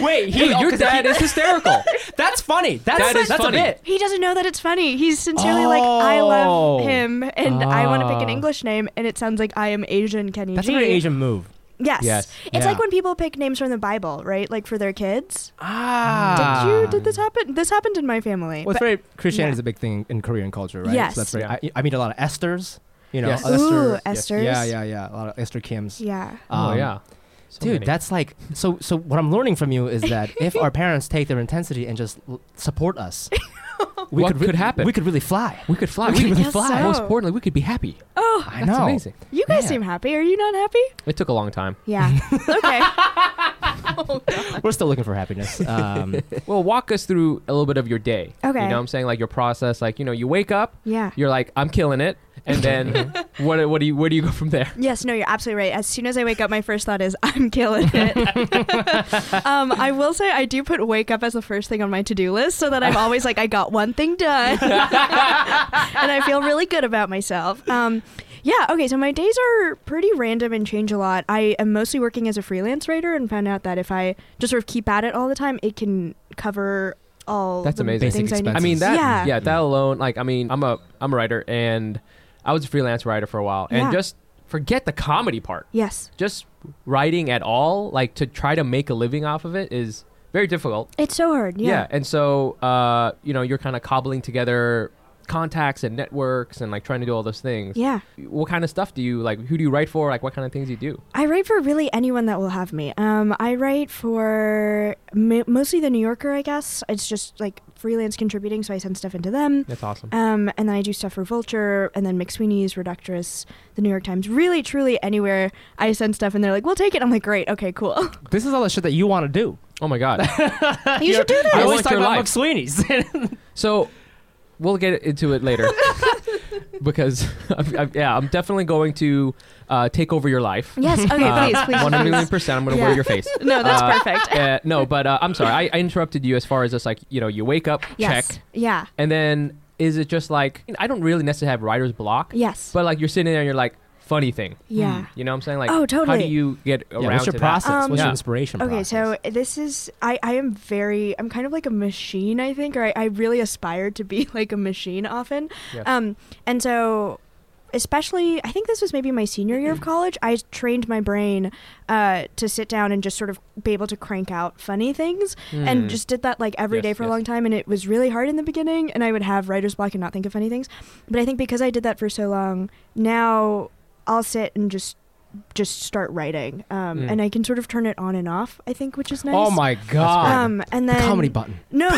C: wait, he,
E: Oh,
D: Dude, your dad is hysterical.
E: <laughs>
C: that's funny. That's
D: That is
C: that's
D: funny.
C: a bit.
E: He doesn't know that it's funny. He's sincerely like, I love
C: Oh.
E: him, and I want to pick an
D: Ah.
E: English name, and it sounds like I am Asian Kenny
C: That's a
E: G.
C: very Asian move.
E: Yes.
D: Yes.
E: It's
C: Yeah.
E: like when people pick names from the Bible, right? Like for their kids.
C: Ah,
E: Did you? Did this happen? This happened in my family.
C: Well, it's
E: But-
C: very Christianity is a big thing in Korean culture, right?
E: Yes.
C: So that's very. I, I meet a lot of Esther's. You know,
D: Yes.
E: Ooh,
C: Esther.
E: Esther's.
C: Yeah, yeah, yeah. A lot of Esther Kims.
E: Yeah.
D: oh
C: Um,
D: yeah, So
C: Dude,
D: many.
C: that's like so. So what I'm learning from you is that if
E: <laughs>
C: our parents take their intensity and just l- support us, we
D: What
C: could, re-
D: could happen?
C: We could really fly.
D: we could fly.
C: We
D: We,
C: could
D: could
E: guess
D: fly.
E: so.
D: Most importantly, we could be happy.
E: Oh,
C: I
D: That's
C: know.
D: amazing.
E: you guys
C: Yeah.
E: seem happy. Are you not happy?
D: It took a long time.
C: <laughs>
E: Yeah. okay.
C: We're still looking for
D: <laughs>
C: happiness. Um,
D: Well, walk us through a little bit of your day.
E: Okay.
D: You know what I'm saying? Like your process. Like you know, you wake up,
E: Yeah.
D: you're like, I'm killing it, and <laughs> then what? What do you? Where do you go from there?
E: Yes, no, you're absolutely right. As soon as I wake up, my first thought is <laughs> I'm killing it. um, I will say I do put <laughs> wake up as the first thing on my to do list, so that I'm always like I got one thing done, and and I feel really good about myself. Um, yeah, okay, so my days are pretty random and change a lot. I am mostly working as a freelance writer and found out that if I just sort of keep at it all the time, it can cover all
D: That's
E: the
D: amazing.
E: things
A: Basic
E: I need.
D: I mean that yeah.
E: Yeah.
D: that alone like I mean I'm a I'm a writer and I was a freelance writer for a while and
E: Yeah.
D: just forget the comedy part.
E: Yes.
D: Just writing at all like to try to make a living off of it is very difficult.
E: It's so hard.
D: Yeah.
E: Yeah.
D: And so, uh, you know, you're kind of cobbling together contacts and networks and like trying to do all those things.
E: Yeah.
D: What kind of stuff do you like? Who do you write for? Like, what kind of things you do?
E: I write for really anyone that will have me. Um, I write for m- mostly the New Yorker, I guess. It's just like freelance contributing, so I send stuff into them.
D: That's awesome.
E: Um, and then I do stuff for Vulture, and then McSweeney's, Reductress, the New York Times. Really, truly, anywhere I send stuff, and they're like, "We'll take it." I'm like, "Great, okay, cool."
C: This is all the shit that you want to
D: <laughs>
C: do.
D: Oh my god.
E: you should do
C: I
E: this.
C: always
D: want
C: talk
D: your
C: about
D: life.
C: McSweeney's. <laughs>
D: so, we'll get into it
E: <laughs>
D: later because I'm, I'm- yeah, I'm definitely going to uh, take over your life. Uh,
E: yes. <laughs> Okay. please, please.
D: One
E: please.
D: million percent. I'm going to wear
E: Yeah.
D: your face.
E: <laughs> No, that's
D: Uh, <laughs>
E: perfect.
D: Uh, no, but uh, I'm sorry. I, I interrupted you as far as just like you know, you wake up,
E: Yes.
D: check,
E: Yeah.
D: and then is it just like I don't really necessarily have writer's block.
E: Yes.
D: But like you're sitting there and you're like, funny thing.
E: yeah.
D: You know what I'm saying? Like,
E: Oh,
D: How do
E: totally.
D: you get around
C: yeah, what's
D: to
C: your
D: that?
C: process?
E: Um,
C: what's
D: Yeah.
C: your inspiration
E: Okay,
C: process?
E: so this is I, I am very I'm kind of like a machine, I think, or I, I really aspire to be <laughs> like a machine often.
D: Yes.
E: Um and so especially I think this was maybe my senior year of college, I trained my brain uh, to sit down and just sort of be able to crank out funny things
D: Hmm.
C: Mm.
E: and just did that like every
D: Yes,
E: day for
D: yes.
E: a long time and it was really hard in the beginning and I would have writer's block and not think of funny things. But I think because I did that for so long, now I'll sit and just just start writing. Um,
D: Mm.
E: and I can sort of turn it on and off, I think, which is nice.
C: Oh my god.
E: Um and
C: The
E: then <laughs>
C: comedy button.
E: No.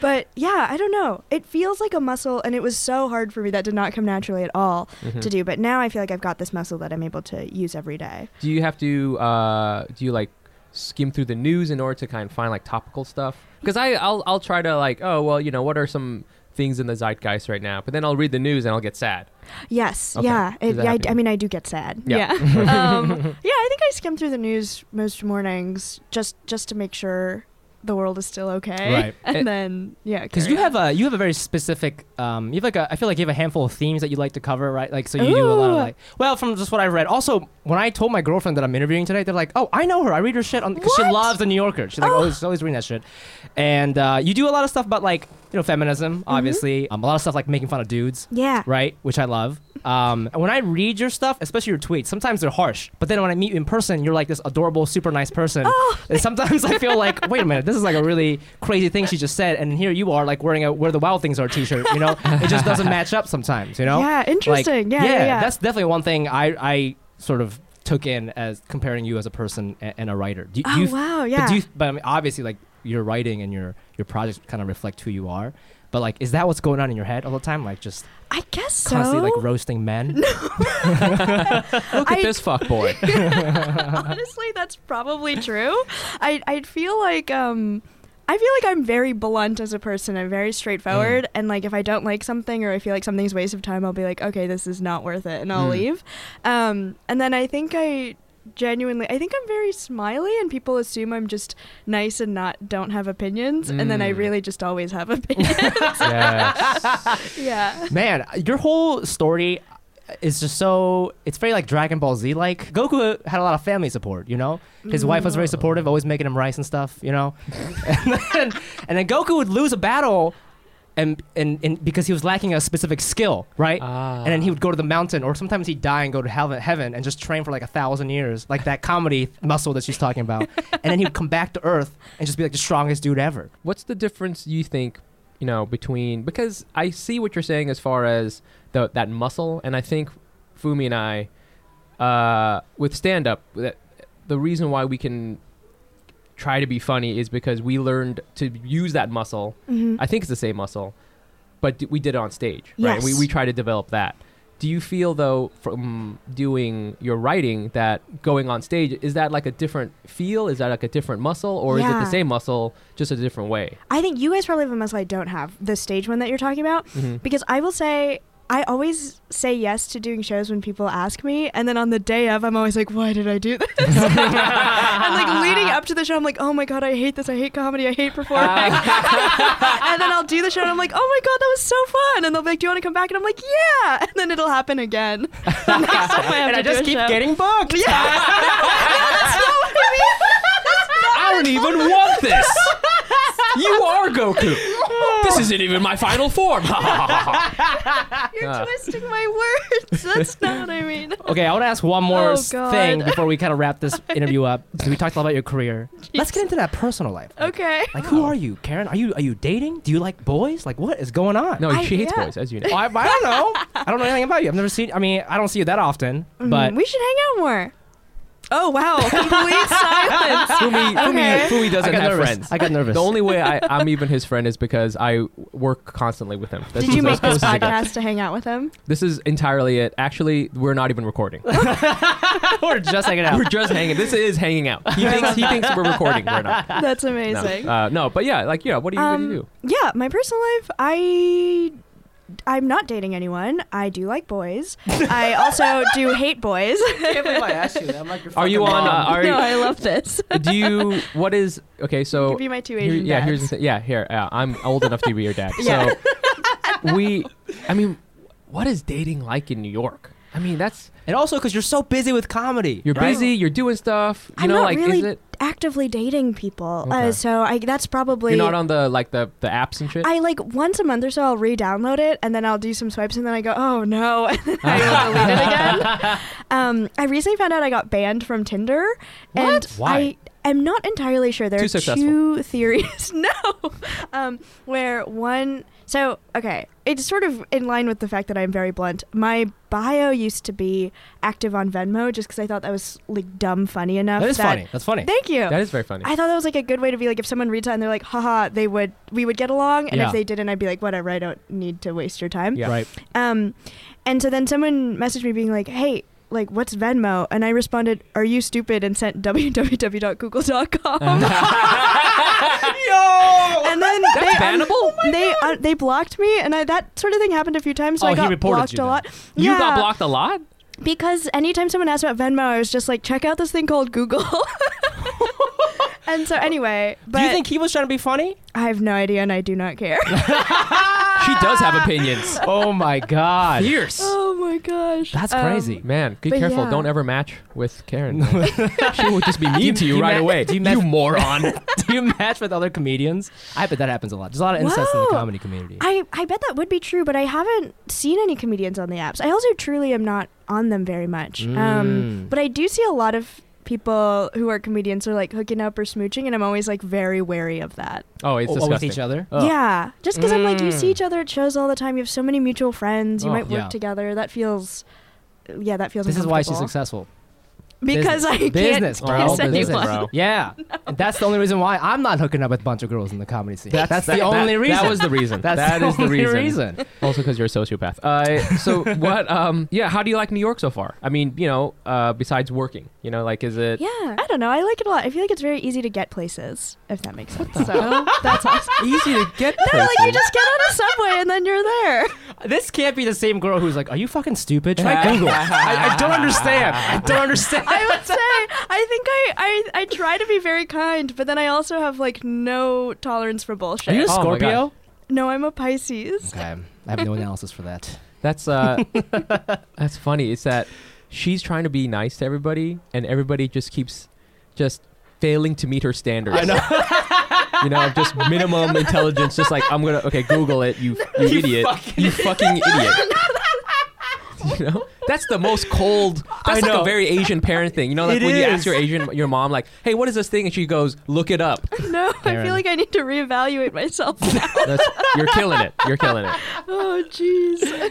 E: but yeah, I don't know. It feels like a muscle and it was so hard for me that did not come naturally at all
D: mm-hmm.
C: Hmm.
E: to do, but now I feel like I've got this muscle that I'm able to use every day.
D: Do you have to? Uh, do you like skim through the news in order to kind of find like topical stuff? Because I I'll I'll try to like oh well you know what are some things in the zeitgeist right now? But then I'll read the news and I'll get sad.
E: Yes.
D: Okay.
E: Yeah.
D: Does
E: It,
D: that
E: yeah I,
D: happen?
E: I mean, I do get sad.
D: Yeah.
E: Yeah.
C: <laughs>
E: um, yeah. I think I skim through the news most mornings just just to make sure the world is still okay.
C: Right.
E: <laughs> And
D: It-
E: then yeah.
C: Because
E: carry
C: you
E: on.
C: have a you have a very specific um you have like a I feel like you have a handful of themes that you like to cover right like so you do a lot of
E: Ooh.
C: like well from just what I've read also when I told my girlfriend that I'm interviewing today they're like oh I know her I read her shit on because she
E: What?
C: loves the New Yorker she's like oh she's always reading that shit and uh, you do a lot of stuff about like you know feminism obviously um a lot of stuff like making fun of dudes
E: yeah.
C: right which I love um and when I read your stuff especially your tweets sometimes they're harsh but then when I meet you in person you're like this adorable super nice person
E: Oh.
C: and sometimes I feel like, wait a minute, this is like a really crazy thing she just said, and here you are like wearing a "Where the Wild Things Are" T-shirt. You know, it just doesn't match up sometimes. You know,
E: Yeah.
C: Like,
E: Interesting. yeah, yeah. Yeah.
C: That's definitely one thing I I sort of took in as comparing you as a person and, and a writer. Do,
E: oh
C: do you,
E: wow.
C: But
E: Yeah.
C: do you, but I mean, obviously, like your writing and your your projects kind of reflect who you are. But like, is that what's going on in your head all the time? Like just
E: I guess so.
C: constantly like roasting
E: <laughs>
C: men.
D: Look at
E: I-
D: this fuck
C: <laughs>
D: boy.
E: <laughs> Honestly, that's probably true. I I feel like um I feel like I'm very blunt as a person. I'm very
D: Mm.
E: straightforward and like if I don't like something or I feel like something's a waste of time, I'll be like, "Okay, this is not worth it." and I'll
D: Mm.
E: leave. Um and then I think I genuinely I think I'm very smiley and people assume I'm just nice and not don't have opinions and then I
D: Mm.
E: really just always have
D: <laughs>
E: opinions.
D: yes.
E: yeah.
C: Man, your whole story is just so it's very like Dragon Ball Z like. Goku had a lot of family support, you know? His wife was very supportive, always making him rice and stuff, you know? <laughs> and then and then Goku would lose a battle and and, and because he was lacking a specific skill, right?
D: Ah.
C: and then he would go to the mountain, or sometimes he'd die and go to heaven, heaven and just train for like a thousand years, like that comedy muscle that she's talking about. and then he would come back to Earth and just be like the strongest dude ever.
D: What's the difference you think, you know, between because I see what you're saying as far as the, that muscle, and I think Fumi and I, uh, with stand up, that the reason why we can try to be funny is because we learned to use that muscle.
E: Mhm.
D: I think it's the same muscle, but d- we did it on stage, right? We
E: Yes.
D: we try to develop that. Do you feel though from doing your writing that going on stage is that like a different feel? Is that like a different muscle, or is it
E: Yeah.
D: the same muscle just a different way?
E: I think you guys probably have a muscle I don't have, the stage one that you're talking about.
D: Mhm.
E: Because I will say, I always say yes to doing shows when people ask me, and then on the day of, I'm always like, "Why did I do this?" <laughs> and like leading up to the show, I'm like, "Oh my god, I hate this! I hate comedy! I hate performing!" <laughs> and then I'll do the show, and I'm like, "Oh my god, that was so fun!" And they'll be like, "Do you want to come back?" And I'm like, "Yeah!" And then it'll happen again. <laughs> The next time I
C: and
E: have to
C: I
E: do
C: just
E: a
C: keep
E: show. <laughs>
C: getting booked.
E: Yeah. That's not what I mean. <laughs> That's not
D: I don't even want
E: <laughs>
D: this. You are Goku.
E: Oh.
D: This isn't even my final form. <laughs>
E: You're twisting my words. That's not what I mean. <laughs>
C: Okay, I want to ask one more
E: Oh,
C: s-
E: God.
C: thing before we kind of wrap
E: <laughs>
C: this interview up. So we talked a lot about your career. Let's get into that personal life.
E: Okay.
C: Like, who are you, Karen? Are you are you dating? Do you like boys? Like, what is going on?
D: no,
E: I-
D: she hates
E: yeah.
D: boys, as you know.
C: I, I don't know. I don't know anything about you. I've never seen. I mean, I don't see you that often. But
E: Mm-hmm. we should hang out more. Oh <laughs> wow! Complete silence.
D: Fumi, Fumi,
E: Okay.
D: Fumi
C: I
D: doesn't
C: got
D: have
C: nervous.
D: friends.
C: I got <laughs> nervous.
D: The only way I, I'm even his friend is because I work constantly with him. That's
E: Did you
D: that's
E: make this
D: as close as I get.
E: podcast to hang out
D: <laughs>
E: with him?
D: This is entirely it. Actually, we're not even recording.
C: we're just hanging out.
D: We're just hanging. This is hanging out. He thinks he thinks we're recording. We're not.
E: That's
D: No.
E: amazing.
D: Uh, no, but yeah, like yeah. What do you what do you do?
E: Um, Yeah, my personal life, I I'm not dating anyone. I do
D: <laughs>
E: like boys. I also do hate boys.
C: can't believe I asked you that. I'm like your
D: Are you on? <laughs> Uh, are
E: <laughs> no, I love this.
D: do you? What is? Okay, so
E: Give you my two
D: Here-
E: Asian
D: yeah,
E: dads.
D: here's the thing. Yeah, here. Yeah, I'm old enough to be your
E: <laughs>
D: dad.
E: Yeah.
D: So we, I mean, what is dating like in New York? I mean, that's
C: and also because you're so busy with comedy.
D: you're
C: right?
D: busy, you're doing stuff. You
E: I'm
D: know,
E: not
D: like
E: really
D: is it?
E: actively dating people,
D: Okay.
E: uh, so I that's probably
D: You're not on the like the the apps and shit.
E: <laughs> I like once a month or so I'll re-download it and then I'll do some swipes and then I go oh no <laughs> and then I will delete it again.
C: <laughs>
E: Um, I recently found out I got banned from Tinder and
C: Why?
E: I am not entirely sure. There
D: Too
E: are
D: successful.
E: two <laughs> theories. no, um, where one so okay, it's sort of in line with the fact that I'm very blunt. My bio used to be active on Venmo just because I thought that was like dumb funny enough.
C: That is funny. That's funny.
E: Thank you.
D: that is very funny.
E: I thought that was like a good way to be like if someone reads that and they're like, haha, they would we would get along and
C: Yeah.
E: if they didn't I'd be like, whatever, I don't need to waste your time.
D: yeah.
C: Right.
E: Um and so then someone messaged me being like, Hey, like what's Venmo? And I responded, Are you stupid? and sent
C: <laughs>
E: <laughs> www.google.com.
C: <laughs> Yo.
E: and then
D: That's
E: they,
D: bannable.
E: they uh, they blocked me and I that sort of thing happened a few times. So
C: Oh,
E: I
C: he
E: got
C: reported
E: blocked
C: you
E: a
C: then.
E: lot.
D: you
E: yeah,
D: got blocked a lot.
E: because anytime someone asked about Venmo, I was just like, check out this thing called Google. <laughs> and so anyway, but
C: Do you think he was trying to be <laughs> funny?
E: I have no idea and I do not care.
D: She does have opinions.
C: Oh my god.
D: Fierce.
E: <laughs> Oh my gosh.
C: That's
E: Um,
C: crazy.
D: Man, be
E: But
D: careful.
E: yeah.
D: Don't ever match with <laughs> Karen. she will just be mean to you
C: you
D: right
C: ma-
D: away.
C: do you
D: <laughs> you,
C: ma- <laughs>
D: moron.
C: Do you match with other comedians? I bet that happens a lot. There's a lot of incest in the
E: Wow.
C: comedy community.
E: I, I bet that would be true, but I haven't seen any comedians on the apps. I also truly am not on them very much. Um,
C: Mm.
E: but I do see a lot of people who are comedians who are like hooking up or smooching, and I'm always like very wary of that.
D: Oh, it's
C: Oh, oh, with
D: disgusting.
C: each other.
D: Oh.
E: Yeah. Just because I'm like, you see
D: Mm.
E: each other at shows all the time. You have so many mutual friends. You
D: Oh,
E: might work
C: yeah.
E: together. That feels. Yeah, that feels.
C: This is why she's
E: uncomfortable.
C: successful.
E: Because I can't
C: business,
E: kiss <laughs>
C: bro.
D: All
E: anyone.
D: business, bro.
C: Yeah, and that's the only reason why I'm not hooking up with a bunch of girls in the comedy scene. That's, the
D: that-
C: only
D: that-
C: reason.
D: That was the <laughs>
C: <laughs>
D: reason.
C: that's
D: That
C: the
D: is
C: only
D: reason.
C: reason.
D: Also, because you're a sociopath. <laughs> Uh, so what? Um, yeah. How do you like New York so far? I mean, you know, uh, besides working, you know, like, is it?
E: Yeah, I don't know. I like it a lot. I feel like it's very easy to get places, if that makes sense. So that's
D: <laughs>
E: awesome.
D: Easy to get.
E: No, like you just get on a subway and then you're there.
C: This can't be the same girl who's like, "Are you fucking stupid? Try Google." I, I don't understand. I <laughs> don't understand.
E: I would say I think I, I I try to be very kind, but then I also have like no tolerance for
C: Are
E: bullshit.
C: you a
D: Oh my
C: Scorpio?
E: no, I'm a Pisces. <laughs>
C: okay, I have no analysis for that.
D: That's
C: <laughs>
D: uh, that's funny. It's that she's trying to be nice to everybody, and everybody just keeps just failing to meet her standards. I know. <laughs> You know, of just minimum intelligence. Just like I'm gonna okay, Google it, you, you, idiot, you fucking idiot. You know, that's the most cold. That's like
C: know.
D: a very Asian parent thing. You know, like
C: It
D: when you
C: is.
D: ask your Asian, your mom, like, "Hey, what is this thing?" and she goes, "Look it up."
E: No, I
C: Karen.
E: feel like I need to reevaluate myself.
D: That's, you're killing it. You're killing it.
E: oh jeez.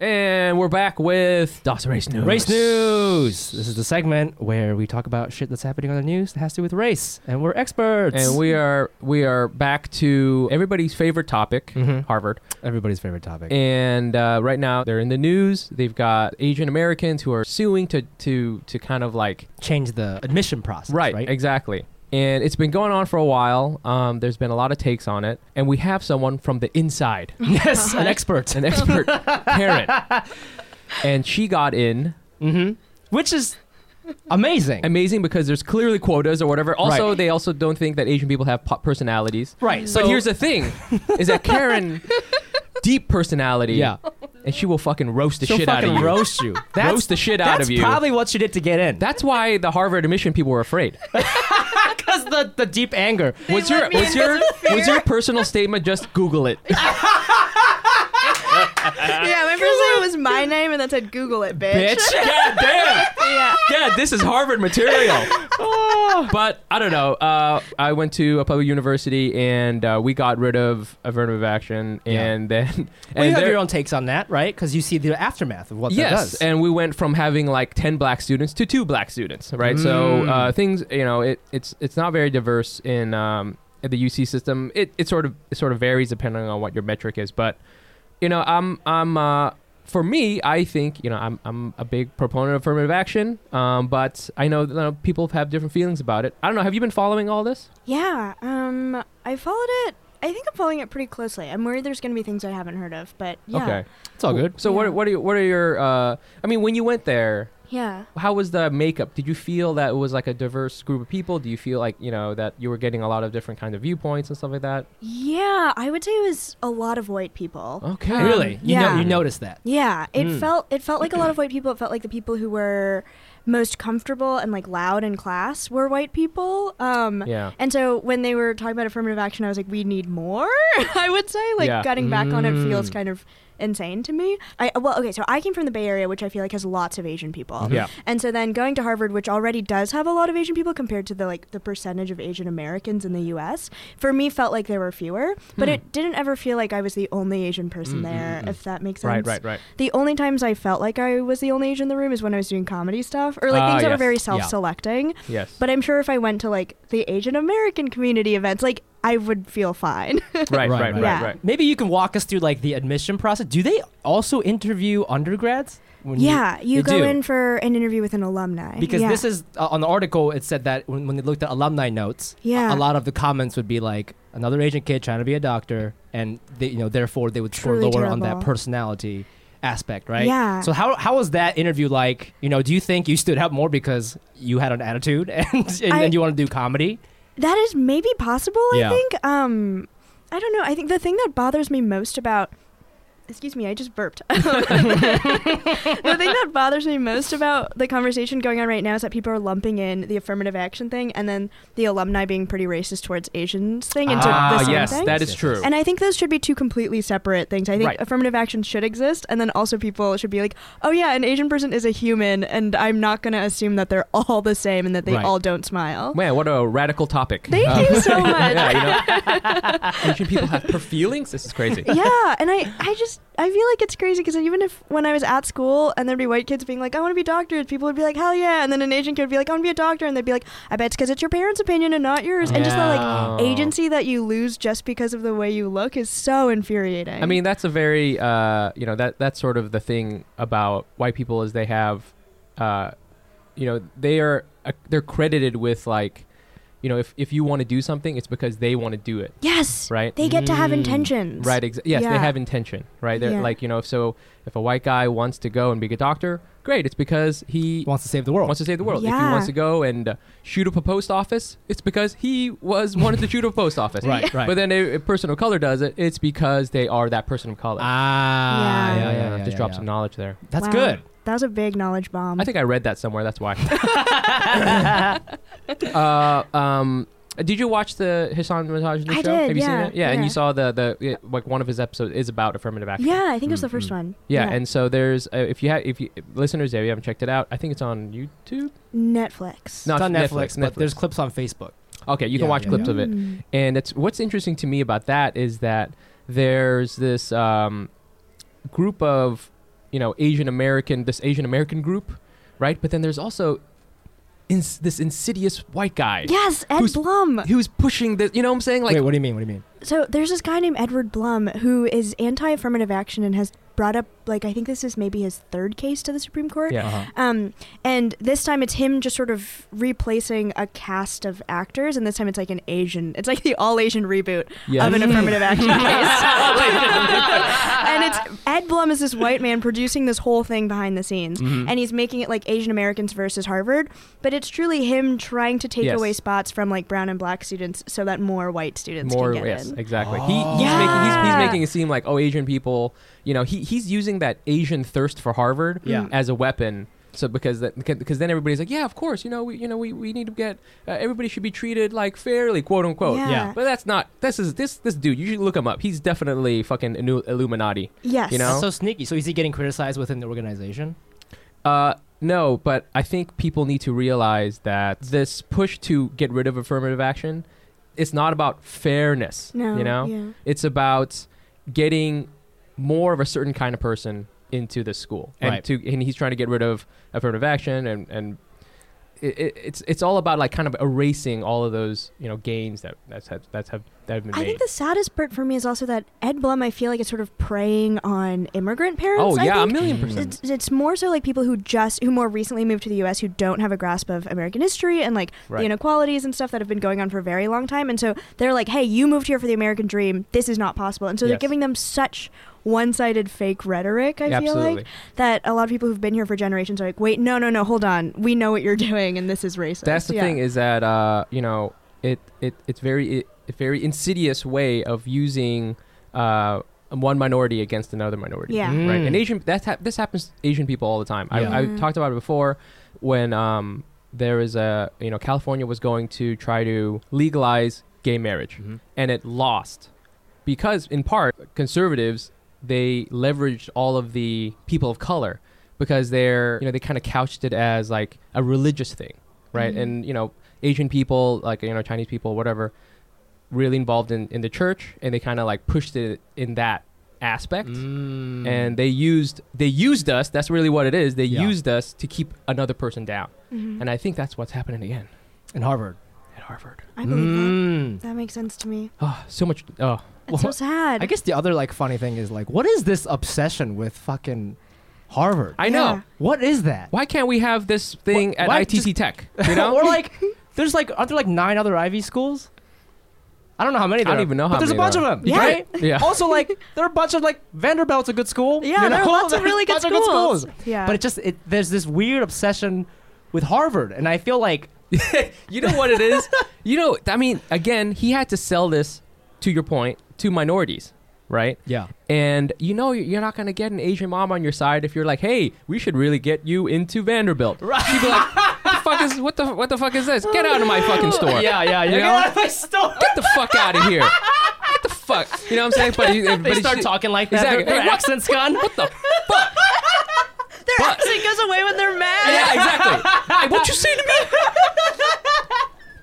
D: And we're back with DOS Race News.
C: Race news. This is the segment where we talk about shit that's happening on the news that has to do with race, and we're experts.
D: And we are we are back to everybody's favorite topic, Harvard.
C: everybody's favorite topic.
D: And uh, right now they're in the news. They've got Asian Americans who are suing to to to kind of like
C: Change the admission process, right?
D: right, exactly. And it's been going on for a while. Um, there's been a lot of takes on it, and we have someone from the inside,
C: Yes, an expert.
D: an expert, Karen, and she got in.
C: which is amazing.
D: Amazing because there's clearly quotas or whatever. Also, they also don't think that Asian people have po- personalities.
C: right. So
D: but here's the thing: is
C: <laughs>
D: that Karen, deep personality,
C: Yeah.
D: and she will fucking roast the
C: she'll
D: shit out
C: fucking
D: of you.
C: roast
D: <laughs>
C: you. That's,
D: roast the shit out
C: that's
D: of you.
C: probably what she did to get in.
D: that's why the Harvard admission people were afraid.
C: That's the, the deep anger.
D: Was your was your was your personal statement just Google it?
E: yeah, my first name was my name, and that said Google it, bitch.
D: <laughs> God damn!
E: yeah.
D: Yeah, this is Harvard material.
C: Ah.
D: but I don't know. Uh, I went to a public university and uh, we got rid of affirmative action, and then and
C: Well, you have
D: there-
C: your own takes on that, right? Because you see the aftermath of what that
D: Yes,
C: does.
D: and we went from having like ten black students to two black students, right?
C: Mm.
D: So uh, things, you know, it, it's it's not very diverse in um, in the UC system. It, it sort of it sort of varies depending on what your metric is, but you know, I'm I'm uh, for me, I think you know, I'm I'm a big proponent of affirmative action, um, but I know that, you know, people have different feelings about it. I don't know. Have you been following all this?
E: Yeah. Um, I followed it. I think I'm following it pretty closely. I'm worried there's gonna be things I haven't heard of, but yeah.
D: Okay,
C: it's all good.
D: So what what are you, what are your? Uh, I mean, when you went there,
E: Yeah.
D: how was the makeup? Did you feel that it was like a diverse group of people? Do you feel like you know that you were getting a lot of different kinds of viewpoints and stuff like that?
E: Yeah. I would say it was a lot of white people.
D: Okay,
C: Really? You,
E: Yeah.
C: know, you notice that.
E: Yeah, it
D: Hmm.
E: felt it felt like a
D: <clears throat>
E: lot of white people. It felt like the people who were most comfortable and like loud in class were white people. Um,
D: Yeah.
E: And so when they were talking about affirmative action, I was like, we need more. <laughs> I would say like
D: Yeah. Mm.
E: getting back on it feels kind of insane to me. I well, okay, so I came from the Bay Area, which I feel like has lots of Asian people.
D: Mm-hmm. Yeah.
E: And so then going to Harvard, which already does have a lot of Asian people compared to the like the percentage of Asian Americans in the U.S. For me, felt like there were fewer, but
D: Hmm.
E: it didn't ever feel like I was the only Asian
D: Mm,
E: person there. If that makes sense.
D: Right, right, right.
E: The only times I felt like I was the only Asian in the room is when I was doing comedy stuff or like
D: Ah,
E: things that
D: yes.
E: were very
D: Yeah.
E: self-selecting.
D: Yes.
E: But I'm sure if I went to like the Asian American community events, like I would feel fine.
D: right, right,
C: Right,
D: right, right.
E: yeah.
C: Maybe you can walk us through like the admission process. Do they also interview undergrads? When you-
E: <laughs> yeah, you,
C: they
E: go
C: do.
E: in for an interview with an alumni.
C: because
E: Yeah.
C: this is uh, on the article. It said that when, when they looked at alumni notes,
E: Yeah.
C: a lot of the comments would be like another Asian kid trying to be a doctor, and they, you know, therefore they would score
E: Truly
C: lower on that
E: terrible.
C: personality aspect, right?
E: Yeah.
C: So how how was that interview like? You know, do you think you stood out more because you had an attitude <laughs> and and,
E: I-
C: and you want to do comedy?
E: That is maybe possible,
C: Yeah.
E: I think. Um I don't know. I think the thing that bothers me most about Excuse me, I just burped. <laughs> the thing that bothers me most about the conversation going on right now is that people are lumping in the affirmative action thing and then the alumni being pretty racist towards Asians thing into the
D: Ah,
E: same
D: yes,
E: thing.
D: that is true.
E: and I think those should be two completely separate things. I think
D: Right.
E: affirmative action should exist, and then also people should be like, oh, yeah, an Asian person is a human, and I'm not going to assume that they're all the same and that they
C: Right.
E: all don't smile.
D: Man, what a radical topic.
E: Thank
D: Uh,
E: you so much.
D: <laughs> yeah, you know, Asian people have per feelings. This is crazy.
E: <laughs> yeah, and I, I just, I feel like it's crazy because even if when I was at school and there'd be white kids being like, I want to be doctors, people would be like, hell yeah. And then an Asian kid would be like, I want to be a doctor. And they'd be like, I bet it's because it's your parents' opinion and not yours. And just the like
D: Yeah.
E: agency that you lose just because of the way you look is so infuriating.
D: I mean, that's a very uh, you know that that's sort of the thing about white people is they have uh, you know they are uh, they're credited with like you know if, if you want to do something it's because they want to do it
E: Yes.
D: Right. Mm,
E: They get to have intentions.
D: Right. Ex- yes,
E: Yeah.
D: they have intention, right? They're
E: Yeah.
D: like you know, if so, if a white guy wants to go and be a doctor, great. It's because he
C: wants to save the world.
D: wants to save the world. If he
E: Yeah.
D: wants to go and uh, shoot up a post office, it's because he was wanted to shoot up a post office.
E: <laughs>
C: Right, right.
D: But then a, a person of color does it. It's because they are that person of color.
C: Ah,
E: Yeah.
C: yeah, yeah, yeah.
D: Just
C: yeah,
D: drop
C: yeah.
D: some knowledge there.
C: That's
E: Wow.
C: good.
E: That was a big knowledge bomb.
D: I think I read that somewhere. That's why. <laughs> uh, um, did you watch the Hassan Minhaj
E: I
D: show?
E: did,
D: Have you seen
E: yeah,
D: it? Yeah, and
E: yeah.
D: you saw the the like one of his episodes is about affirmative action.
E: yeah, I think it was the first one.
D: Mm, Yeah, and so there's uh, if you have if you listeners there, you haven't checked it out. I think it's on YouTube.
E: Netflix.
D: No,
C: It's on Netflix, but
D: Netflix.
C: there's clips on Facebook.
D: okay, you can
C: Yeah,
D: watch
C: yeah,
D: clips of it.
E: Mm.
D: And it's what's interesting to me about that is that there's this um, group of you know Asian American this Asian American group, right? But then there's also ins- this insidious white guy
E: Yes, Ed
D: Who's-
E: Blum.
D: who's pushing this. You know what I'm saying? Like
C: Wait, what do you mean? What do you mean?
E: So there's this guy named Edward Blum who is anti-affirmative action and has brought up like I think this is maybe his third case to the Supreme Court.
D: yeah.
E: Um, and this time it's him just sort of replacing a cast of actors, and this time it's like an Asian. It's like the all Asian reboot
D: Yes. <laughs>
E: of an affirmative action case. and it's Ed Blum is this white man producing this whole thing behind the scenes,
D: Mm-hmm. Mm.
E: and he's making it like Asian Americans versus Harvard, but it's truly him trying to take
D: Yes.
E: away spots from like brown and black students so that more white students
D: more
E: can get
D: yes
E: in.
D: exactly he, he's, making, he's, he's
E: Yeah.
D: making it seem like oh asian people you know he, he's using that asian thirst for harvard
C: Yeah.
E: Mm.
D: as a weapon so because that because then everybody's like yeah of course you know we you know we, we need to get uh, everybody should be treated like fairly quote unquote
E: Yeah.
C: Yeah.
D: but that's not this is this this dude you should look him up he's definitely fucking Illu- illuminati
E: Yes.
D: You know?
C: That's so sneaky. So is he getting criticized within the organization?
D: Uh, no, but I think people need to realize that this push to get rid of affirmative action, it's not about fairness.
E: No,
D: you know,
E: yeah.
D: it's about getting more of a certain kind of person into this school, and
C: Right.
D: to and he's trying to get rid of affirmative action, and and it, it, it's it's all about like kind of erasing all of those you know gains that that's had, that's have that have been
E: I
D: made.
E: think the saddest part for me is also that Ed Blum, I feel like, is sort of preying on immigrant parents.
D: oh
E: I
D: yeah, a
E: think.
D: million percent.
E: It's, it's more so like people who just who more recently moved to the U.S. who don't have a grasp of American history and like
D: Right.
E: the inequalities and stuff that have been going on for a very long time. And so they're like, "Hey, you moved here for the American dream. This is not possible." And so they're
D: Yes.
E: giving them such one-sided fake rhetoric. I feel
D: Absolutely.
E: like that a lot of people who've been here for generations are like, "Wait, no, no, no, hold on. We know what you're <laughs> doing, and this is racist."
D: That's the
E: Yeah.
D: thing is that uh, you know it it it's very it, a very insidious way of using uh, one minority against another minority.
E: Yeah.
D: Right.
C: Mm.
D: And Asian that's hap this happens to Asian people all the time.
C: Yeah.
D: I, I
E: Mhm.
D: talked about it before when um there is a you know California was going to try to legalize gay marriage
C: Mm-hmm.
D: and it lost because in part conservatives they leveraged all of the people of color because they're you know they kind of couched it as like a religious thing
C: Mm-hmm.
D: right and you know asian people like you know chinese people whatever really involved in, in the church and they kind of like pushed it in that aspect
C: Mm.
D: Mm. and they used they used us that's really what it is they
C: Yeah. Mm-hmm.
D: used us to keep another person down
E: Mm-hmm.
D: and i think that's what's happening again
C: In Harvard.
D: at harvard
E: I believe
C: Mm.
E: that. That makes sense to me.
D: oh so much oh
E: It's
C: Well,
E: so sad.
C: Mm. I guess the other like funny thing is like, what is this obsession with fucking Harvard?
D: i know
E: Yeah.
C: what is that?
D: why can't we have this thing
C: Wh-
D: at
C: why
D: ITT Tech? You
C: <laughs>
D: know,
C: or like, there's like, aren't there like nine other Ivy schools? I don't know how many.
D: I don't
C: there are,
D: even know
C: but
D: how
C: there's
D: many
C: a bunch
D: there
C: of
D: are.
C: them,
E: Yeah.
C: right?
D: Yeah.
C: Also, like, there are a bunch of like Vanderbilt's a good school.
E: Yeah,
C: you
E: there are
C: know?
E: lots of
C: <laughs>
E: really good
C: Bunch
E: schools. Yeah.
C: But it just it, there's this weird obsession with Harvard, and I feel like
D: you know what
C: <laughs>
D: it is. you know, I mean, again, he had to sell this to your point to minorities, right?
C: yeah,
D: And you know, you're not gonna get an Asian mom on your side if you're like, "Hey, we should really get you into Vanderbilt." Right? She'd be like, "What the fuck is what the what the fuck is this? Get out of my fucking store!"
C: yeah, yeah.
D: You
C: You
D: know?
C: know, my
E: <laughs>
C: store.
D: Get the fuck out of here! What the fuck? You know what I'm saying? But he,
C: They
D: but he
C: start
D: should-
C: talking like that.
D: Exactly.
C: Their,
D: Hey,
C: their
D: what-
C: accent's gone.
D: What
C: <laughs>
D: the fuck?
E: Their accent goes away when they're mad. <laughs>
D: yeah, exactly. Hey, what you say to me?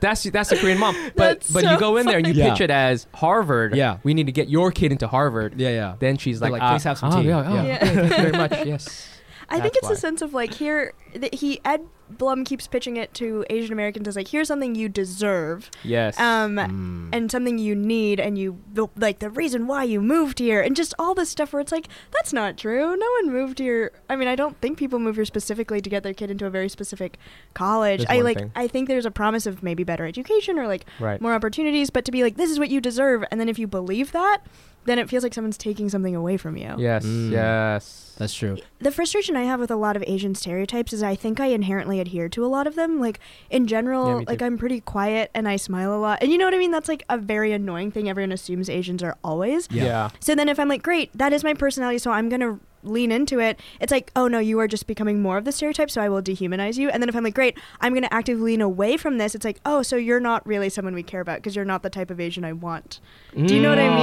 D: That's that's a Korean mom, but
E: That's
D: but
E: so
D: you go in there and you
C: funny.
D: pitch it as Harvard.
C: Yeah.
D: we need to get your kid into Harvard.
C: Yeah, yeah.
D: Then she's
C: They're
D: like,
C: like,
D: ah,
C: "Please have some
D: oh,
C: tea."
D: Yeah, oh,
E: <laughs>
C: Yeah.
D: okay, thank you very much. Yes.
E: I think
D: That's
E: it's
D: why.
E: a sense of like here th- he Ed Blum keeps pitching it to Asian Americans as like here's something you deserve,
D: Yes.
E: um,
C: Mm.
E: and something you need, and you the, like the reason why you moved here, and just all this stuff where it's like that's not true. No one moved here. I mean, I don't think people move here specifically to get their kid into a very specific college.
D: That's
E: I
D: one
E: like
D: thing.
E: I think there's a promise of maybe better education or like
D: Right.
E: more opportunities, but to be like this is what you deserve, and then if you believe that, then it feels like someone's taking something away from you
D: yes.
A: Mm.
D: Yes.
C: That's true.
E: the frustration I have with a lot of Asian stereotypes is I think I inherently adhere to a lot of them. Like in
D: Yeah,
E: general,
D: me too.
E: like I'm pretty quiet and I smile a lot. And you know what I mean? That's like a very annoying thing everyone assumes Asians are always.
D: yeah.
E: So then if I'm like, great, that is my personality, so I'm going to lean into it, it's like, oh no, you are just becoming more of the stereotype, so I will dehumanize you. And then if I'm like, great, I'm going to actively lean away from this, it's like, oh, so you're not really someone we care about because you're not the type of Asian I want. Do you know what I
C: Mm.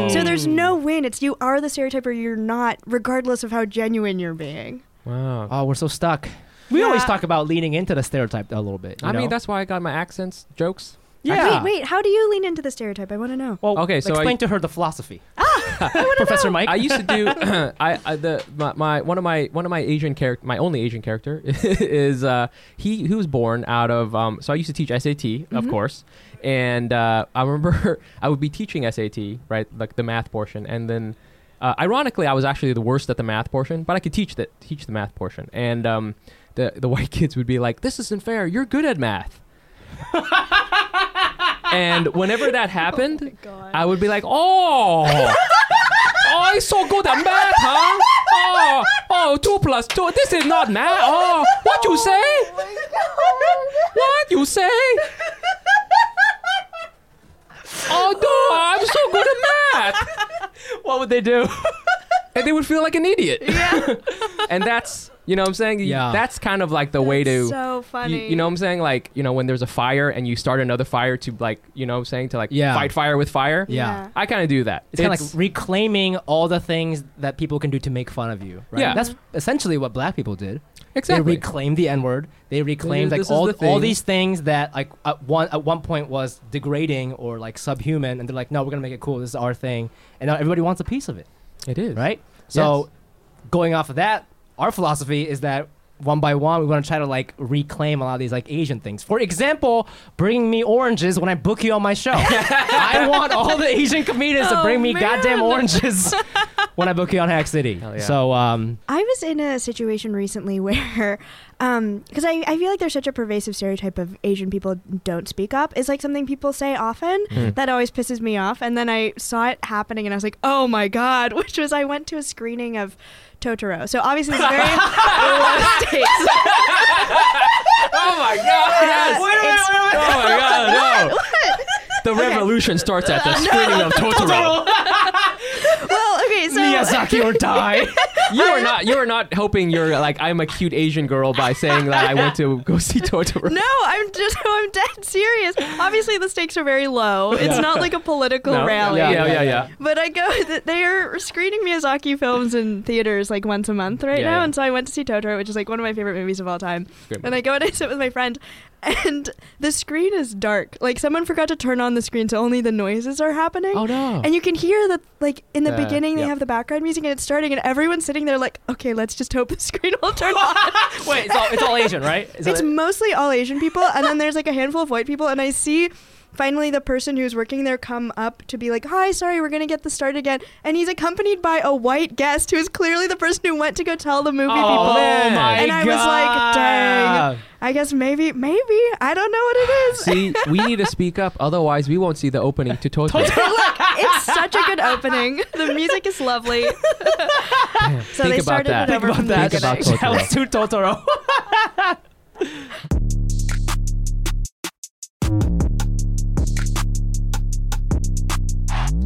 E: mean? So
D: Oh.
E: there's no win. It's you are the stereotype or you're not, regardless of how genuine you're being.
D: Wow.
C: Oh, we're so stuck. We always
E: Yeah.
C: talk about leaning into the stereotype a little bit. you
D: I mean,
C: know?
D: that's why I got my accents jokes.
C: yeah.
E: Wait, wait, how do you lean into the stereotype? I want to know.
C: Well,
D: Okay, so I-
C: explain to her the philosophy.
E: Ah,
C: <laughs> Professor Mike.
D: I used to do. <clears throat> I, I the my, my one of my one of my Asian character, my only Asian character <laughs> is uh, he who was born out of. Um, so I used to teach SAT, of course, and uh, I remember <laughs> I would be teaching SAT, right, like the math portion, and then. Uh, ironically, I was actually the worst at the math portion, but I could teach the teach the math portion, and um, the the white <laughs> kids would be like, "This isn't fair. You're good at math." and whenever that happened, I would be like, "Oh, Oh, it's so good at math, huh? Oh, oh, two plus two. This is not math. Oh, what you say? What you say? Oh, no, I'm so good at math.
C: what would they do?
D: And they would feel like an idiot. Yeah. <laughs> and that's, you know what I'm saying?
C: Yeah.
D: That's kind of like the way to.
E: so funny.
D: You, you know what I'm saying? Like, you know, when there's a fire and you start another fire to, like, you know what I'm saying? To, like,
C: Yeah.
D: fight fire with fire.
C: Yeah.
D: I kind of do that.
C: It's, kind of like reclaiming all the things that people can do to make fun of you. Right?
D: Yeah.
C: That's essentially what black people did.
D: Exactly.
C: They reclaimed the N word. They reclaimed
D: This
C: like
D: is
C: all,
D: the
C: all
D: thing.
C: these things that like at one at one point was degrading or like subhuman, and they're like, no, we're gonna make it cool. This is our thing, and now everybody wants a piece of it,
D: it is.
C: right? So, going off of that, our philosophy is that one by one, we want to try to like reclaim a lot of these like Asian things. For example, bringing me oranges when I book you on my <laughs> show. I want all the Asian comedians to
E: Oh,
C: bring me
E: man.
C: goddamn oranges <laughs> when I book you on Hack City.
D: yeah.
C: So, um,
E: I was in a situation recently <laughs> where, because I, I feel like there's such a pervasive stereotype of Asian people don't speak up. It's like something people say often
D: Hmm.
E: that always pisses me off. And then I saw it happening and I was like, oh my God, <laughs> which was I went to a screening of Totoro. So obviously
D: <laughs>
E: it's very low stakes.
D: Oh, my God. Yes.
E: It's-
D: Oh my
E: <laughs>
D: god, no! The revolution starts at the screening of
E: <laughs>
D: Totoro.
E: well, okay, so.
C: Miyazaki or
E: <laughs>
C: die.
D: You are not, you are not helping your like I'm a cute Asian girl by saying that I went to go <laughs> see Totoro.
E: No, I'm just <laughs> I'm dead serious. Obviously, the stakes are very low. It's not like a political rally.
D: Yeah, yeah, yeah.
E: <laughs> But I go. th- They are screening Miyazaki films in theaters like once a month right
D: Yeah,
E: now,
D: yeah.
E: and so I went to see Totoro, which is like one of my favorite movies of all time.
D: Great
E: And I go and <laughs> I sit with my friend, and the screen is dark. Like someone forgot to turn on the screen, so only the noises are happening.
D: Oh,
E: <laughs>
D: no.
E: And you can hear that, like in the
D: Uh,
E: beginning, they
D: yeah.
E: have the background music, and it's starting, and everyone's sitting there like, okay, let's just hope the screen will
D: <laughs>
E: turn on.
C: Wait, it's all, it's all Asian, right? Is
E: It's
C: that-
E: mostly all Asian people, and
C: <laughs>
E: then there's like a handful of white people, and I see finally the person who's working there come up to be like, "Hi, sorry, we're gonna get the start again," and he's accompanied by a white guest who's clearly the person who went to go tell the movie people.
C: man. Oh my
E: and I was like,
C: God.
E: "Dang, I guess maybe, maybe I don't know what it
C: <laughs>
E: is."
D: See, we need to speak up, otherwise we won't see the opening to <laughs> Totoro.
E: Look, it's such a good
C: <laughs>
E: opening. The music is lovely. so
D: Think
E: they
D: about
E: started
D: that.
E: it
D: Think
E: over from
D: that.
E: the
D: Think about
E: beginning.
D: Totoro.
C: That was too Totoro.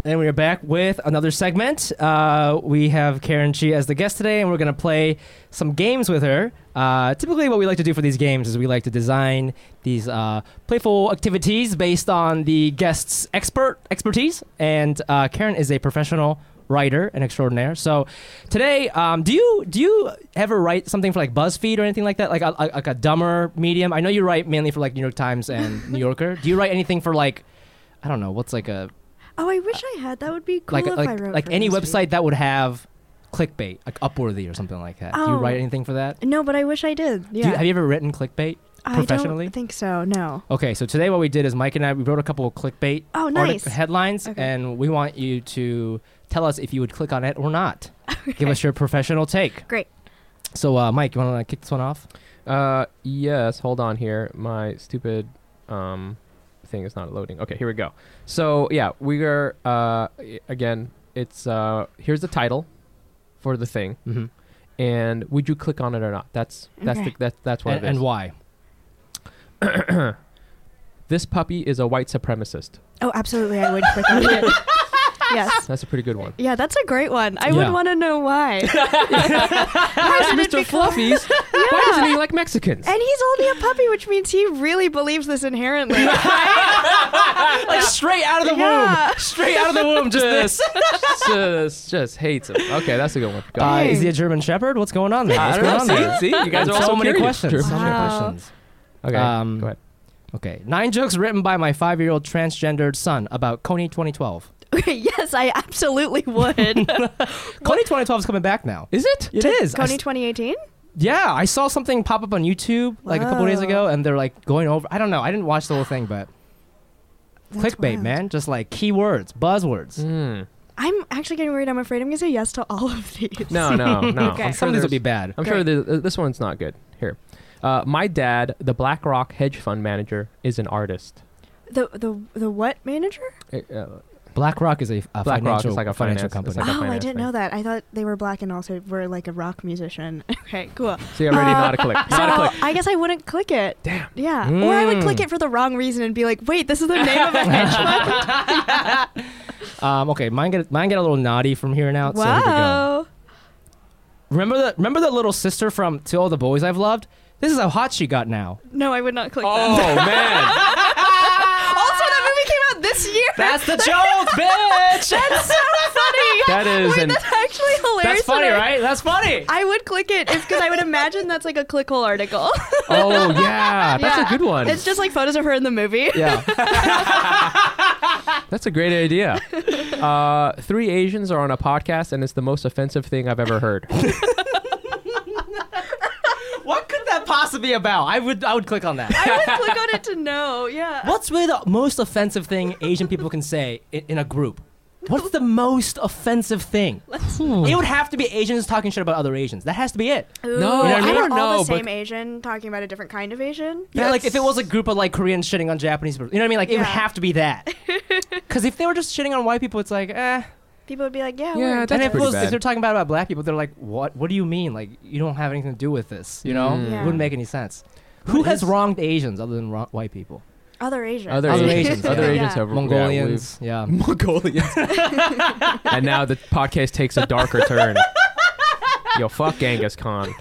C: And we are back with another segment. Uh, we have Karen Chi as the guest today, and we're going to play some games with her. Uh, typically, what we like to do for these games is we like to design these uh, playful activities based on the guest's expert expertise. And uh, Karen is a professional writer and extraordinaire. So today, um, do you do you ever write something for like BuzzFeed or anything like that, like a, a- like a dumber medium? I know you write mainly for like New York Times and New Yorker. Do you write anything for like I don't know what's like a
E: Oh, I wish I had. That would be cool
C: like
E: if
C: like,
E: I wrote.
C: like
E: for
C: any
E: BuzzFeed.
C: website that would have clickbait, like Upworthy or something like that. Do you write
E: Oh.
C: anything for that?
E: No, but I wish I did.
C: Do
E: Yeah.
C: you- have you ever written clickbait
E: I
C: professionally?
E: don't think so. No.
C: okay, so today what we did is Mike and I we wrote a couple of clickbait
E: Oh,
C: artic-
E: nice.
C: headlines,
E: Okay.
C: and we want you to tell us if you would click on it or
E: <laughs>
C: not. Give us your professional take.
E: Great.
C: So, uh, Mike, you want to kick this one off?
D: Uh, yes. Hold on here. My stupid um thing is not loading. Okay, here we go. So yeah, we are uh i- again. It's uh here's the title for the thing,
C: Mm-hmm.
D: and would you click on it or not? That's that's
E: Okay.
D: the, that's that's what
C: And,
D: it is.
C: and why?
D: this puppy is a white supremacist.
E: Oh, absolutely. I would click on
C: <laughs>
E: it. yes.
D: That's a pretty good <laughs> one.
E: Yeah, that's a great one. I
C: Yeah.
E: would want to know
C: <laughs>
E: why. How did it
D: Mr.
E: become-
D: Fluffy's. <laughs> Why doesn't he like Mexicans?
E: And he's only a puppy, which means he really believes this
C: <laughs>
E: inherently.
C: Like straight out of the
E: Yeah.
C: womb, straight out of the womb, just this.
D: <laughs> just, just hates him. Okay, that's a good one. Go.
C: Uh,
E: Dang.
C: is he a German Shepherd? What's going on there?
D: I
C: What's
D: don't
C: going
D: know.
C: on
D: See,
C: there?
D: <laughs> see, you guys are all
C: so many
D: curious.
C: questions. So many
E: Wow.
C: questions.
D: Okay,
C: Um,
D: go ahead.
C: Okay, nine jokes written by my five-year-old transgendered son about Coney 2012.
E: <laughs> yes, I absolutely
C: <laughs>
E: would.
C: Coney 2012 is coming back now.
D: Is it?
C: It is. I
E: Coney
C: s-
E: 2018?
C: yeah, I saw something pop up on YouTube like a couple days
E: Wow.
C: ago, and they're like going over. I don't know. I didn't watch the whole thing, but
E: That's
C: clickbait,
E: wild.
C: man. Just like keywords, buzzwords.
D: Mm.
E: I'm actually getting worried. I'm afraid I'm going to say yes to all of these.
D: No, no, no.
E: Okay.
C: Some
D: I'm sure
C: of these will
D: there's-
C: be bad.
D: I'm sure th- th- this one's not good. Here. Uh, my dad, the BlackRock hedge fund manager, is an artist.
E: The, the, the what manager?
D: Uh, uh,
C: BlackRock is a, a
D: BlackRock
C: financial,
D: is like a
C: financial
D: finance-
C: company.
D: it's like a
E: oh, I
D: finance
E: didn't
D: thing.
E: know that. I thought they were black and also were like a rock musician. <laughs> okay, cool.
D: See, already not a click. Not a
E: So
D: click.
E: Oh, I guess I wouldn't click it.
D: Damn. Hmm.
E: Yeah. Or I would click
C: Mm.
E: it for the wrong reason and be like, wait, this is the
D: <laughs>
E: name of a hedge fund.
C: um, okay, mine get mine get a little naughty from here now. So here we go.
E: Wow.
C: Remember that? Remember that little sister from "To All the Boys I've Loved." This is how hot she got now.
E: No, I would not click that.
D: Oh, man. Oh.
E: <laughs> Also, that movie came out this year.
C: That's the joke, bitch.
E: <laughs> That's so funny.
D: <laughs> That is
E: Wait,
D: an-
E: that's actually hilarious.
C: That's funny,
E: and I-
C: right? That's funny.
E: I would click it because I would imagine that's like a clickhole article. <laughs>
D: Oh, yeah. That's
E: Yeah.
D: a good one.
E: It's just like photos of her in the movie.
D: Yeah. That's a great idea. Uh, three Asians are on a podcast, and it's the most offensive thing I've ever heard.
C: <laughs> What could that possibly be about? I would I would click on that.
E: <laughs> I would click on it to know.
C: <laughs>
E: Yeah.
C: What's really the most offensive thing Asian people can say in, in a group? What's the most offensive thing? Hmm. It would have to be Asians talking shit about other Asians. That has to be it.
E: Ooh,
D: No,
E: I
D: I mean-
E: don't
D: I don't
E: all
D: know,
E: the
D: but-
E: same Asian talking about a different kind of Asian.
C: Yeah, like if it was a group of like Koreans shitting on Japanese people, you know what I mean? Like it would
E: Yeah.
C: have to be that. Because if they were just shitting on white people, it's like eh.
E: People would be like, yeah,
D: Yeah,
E: we're-
D: That's
C: and if, it
D: pretty
C: was, if
D: bad.
C: they're talking about about black people, they're like, what? What do you mean? Like you don't have anything to do with this? You
D: Mm.
C: know?
E: Yeah.
C: Wouldn't make any sense. Who has wronged Asians other than wrong, white people?
E: other Asian. <laughs>
D: Other,
C: Asians.
D: Asians. Other
C: Yeah.
D: Asians have yeah, we've-
C: Mongolians. yeah.
D: Mongolians. <laughs> and now the podcast takes a darker turn. Yo, fuck Genghis Khan.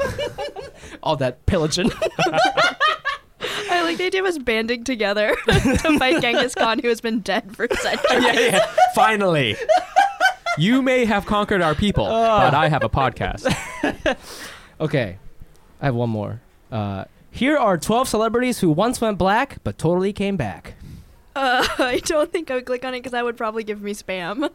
C: all that pillaging. <laughs>
E: I like the idea of us banding together <laughs>
C: <laughs>
E: to fight Genghis Khan, who has been dead for centuries.
D: Finally. You may have conquered our people, but I have a podcast.
C: okay, I have one more. Uh, here are 12 celebrities who once went black but totally came back.
E: Uh, I don't think I would click on it because that would probably give me spam.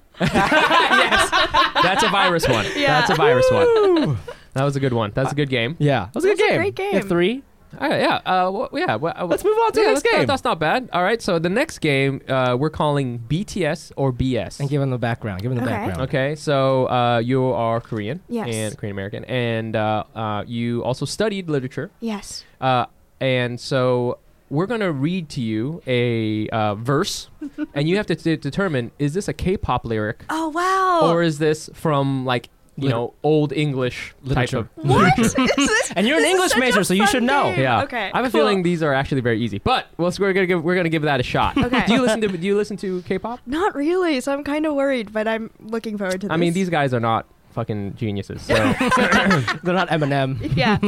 D: That's a virus one.
E: Yeah.
D: That's a virus one. That was a good one. That's a good game.
C: Yeah, that was a good
E: That's a
C: game.
E: great
C: Yeah,
E: game.
C: three.
D: All right, yeah. Uh, well, yeah. Well, uh,
C: Let's move on to the
D: yeah,
C: next
D: that's not-
C: game.
D: that's not bad. All right. So the next game uh, we're calling BTS or BS.
C: And give them the background. Give them the
E: Okay.
C: background.
D: Okay, so uh, you are Korean
E: Yes.
D: and Korean American, and uh, uh, you also studied literature.
E: Yes.
D: Uh, and so we're going to read to you a uh,
E: <laughs>
D: verse, and you have to t- determine is this a K pop lyric
E: Oh wow.
D: or is this from like, you
C: Liter-
D: know, old English
C: Literature.
D: type of.
E: <laughs> what?
C: <laughs>
E: Is this-
C: And you're an
E: this is
C: English
E: such a
C: major, so you
E: fun
C: should know.
E: game.
D: Yeah.
E: Okay.
D: I have a
E: cool.
D: feeling these are actually very easy, but well, so we're gonna give, we're gonna give that a shot.
E: Okay.
D: Do you listen to Do you listen to
E: <laughs>
D: K-pop?
E: Not really, so I'm kind of worried, but I'm looking forward to this.
D: I mean, these guys are not fucking geniuses.
E: <laughs>
D: So.
C: They're not Eminem. <laughs>
E: Yeah.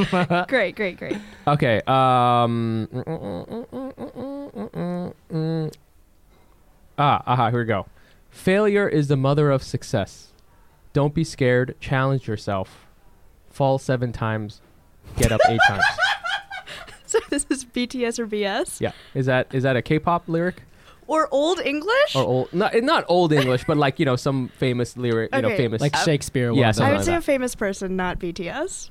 E: great, great, great. <laughs>
D: Okay. Um. Ah, aha, here we go. Failure is the mother of success. Don't be scared. Challenge yourself. Fall seven times. Get up eight
E: <laughs>
D: times.
E: So this is BTS or BS?
D: Yeah. Is that is that a K-pop lyric?
E: or Old English.
D: or old not not old English, but like you know some famous lyric, you know
E: Okay.
D: famous.
E: Like
C: like uh, Shakespeare.
D: yeah,
C: was.
E: I
D: something
E: would
D: like
E: say
D: that.
E: a famous person, not BTS.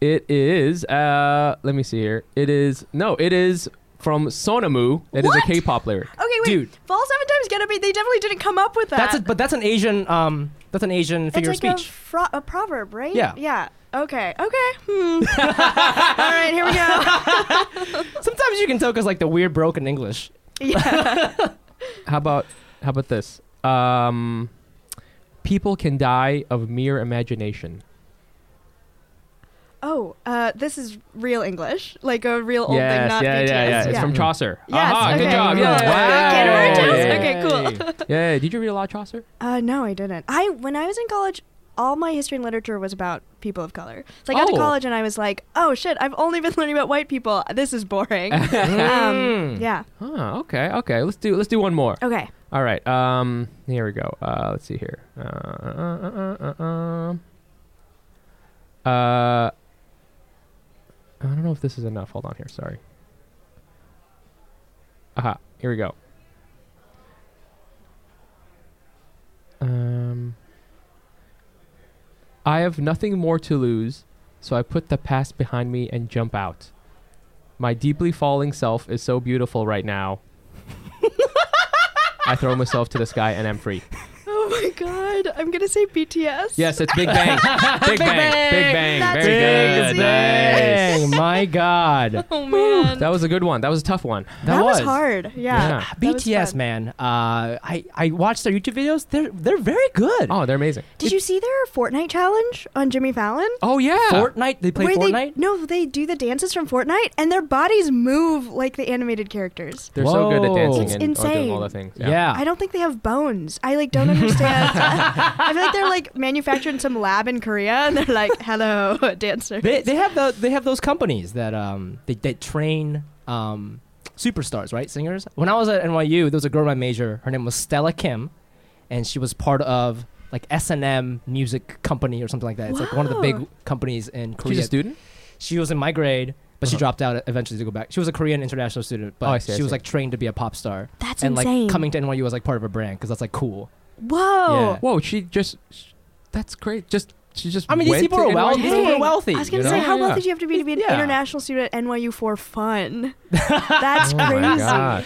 D: It is. Uh, let me see here. It is. No, it is from Sonamu. It is
E: What?
D: a K-pop lyric.
E: Okay, wait.
C: Dude.
E: Fall seven times gonna be. They definitely didn't come up with that.
C: that's a, but that's an Asian um that's an Asian
E: it's
C: figure
E: like
C: of
E: A,
C: speech.
E: fro- a proverb, right?
C: Yeah.
E: Yeah. Okay. Okay.
D: <laughs>
E: Hmm. All right. Here we go. <laughs>
C: Sometimes you can tell because like the weird broken English.
E: Yeah.
D: How about how about this? Um, people can die of mere imagination.
E: Oh, uh, this is real English, like a real old thing,
D: yes,
E: Oh, not
D: yeah,
E: BTS.
D: yeah, yeah. It's
E: yeah.
D: from Chaucer.
E: Yes,
D: Aha, Ah, good
E: okay.
D: job.
E: Wow.
D: Yeah,
E: Canterbury Tales?
D: yeah,
E: Okay, cool.
D: yeah. Did you read a lot of Chaucer?
E: Uh, no, I didn't. I when I was in college, all my history and literature was about people of color. So I got
D: Oh.
E: to college and I was like, oh shit, I've only been <laughs> learning about white people. This
D: <laughs>
E: is boring. um,
D: Hmm.
E: yeah.
D: Huh, okay, okay. Let's do let's do one more.
E: Okay.
D: All right. Um. Here we go. Uh. Let's see here. Uh. Uh. Uh. Uh. uh. Uh, I don't know if this is enough. Hold on here. Sorry. Aha. Here we go. Um. I have nothing more to lose, so I put the past behind me and jump out. My deeply falling self is so beautiful right now. I throw myself to the sky and I'm free.
E: Oh my god, I'm gonna say BTS.
C: <laughs>
D: Yes, it's Big Bang. Big, Bang. Big Bang.
E: That's
D: Very
E: Big
D: good.
E: Bang.
C: Dang,
D: Nice.
C: my God,
E: Oh man.
D: That was a good one. That was a tough one.
E: That was hard.
C: Uh,
E: Yeah.
D: Yeah.
E: That was
C: BTS
E: fun.
C: man, uh, I I watched their YouTube videos. They're they're very good.
D: Oh, they're amazing.
E: Did you see their Fortnite challenge on Jimmy Fallon?
D: Oh yeah.
C: Fortnite, they play
E: Where
C: Fortnite.
E: They, no, they do the dances from Fortnite, and their bodies move like the animated characters.
D: They're so good at
C: Whoa.
D: dancing
E: It's
D: and Or doing
E: insane.
D: all the things.
C: yeah.
E: I don't think they have bones. I like
D: <laughs>
E: don't understand. I feel like they're like manufactured in some lab in Korea, and they're like, "Hello, <laughs> dancers."
C: they they have the they have those companies that um they that train um superstars right singers. When I was at NYU, there was a girl in my major. Her name was Stella Kim, and she was part of like S and M music company or something like that. It's like one of the big
E: Wow.
C: companies in Korea.
D: She's a student.
C: She was in my grade, but she dropped out eventually to go back. She was a Korean international student, but
D: Oh, I see, I
C: she was
D: see.
C: like trained to be a pop star.
E: That's
C: and
E: insane.
C: like coming to NYU was like part of a brand because that's like cool.
E: Whoa.
C: Yeah.
D: Whoa. She just. sh- That's great. Just. She just.
C: I mean, these
D: went
C: people
D: to
C: are wealthy.
D: NYU.
C: These people are
E: Dang.
C: wealthy.
E: I was gonna
C: you
E: say,
C: know?
E: how
D: Yeah.
E: wealthy did you have to be to be an
C: Yeah.
E: international student at NYU
D: <laughs>
E: for fun? That's
D: Oh
E: crazy.
D: my gosh.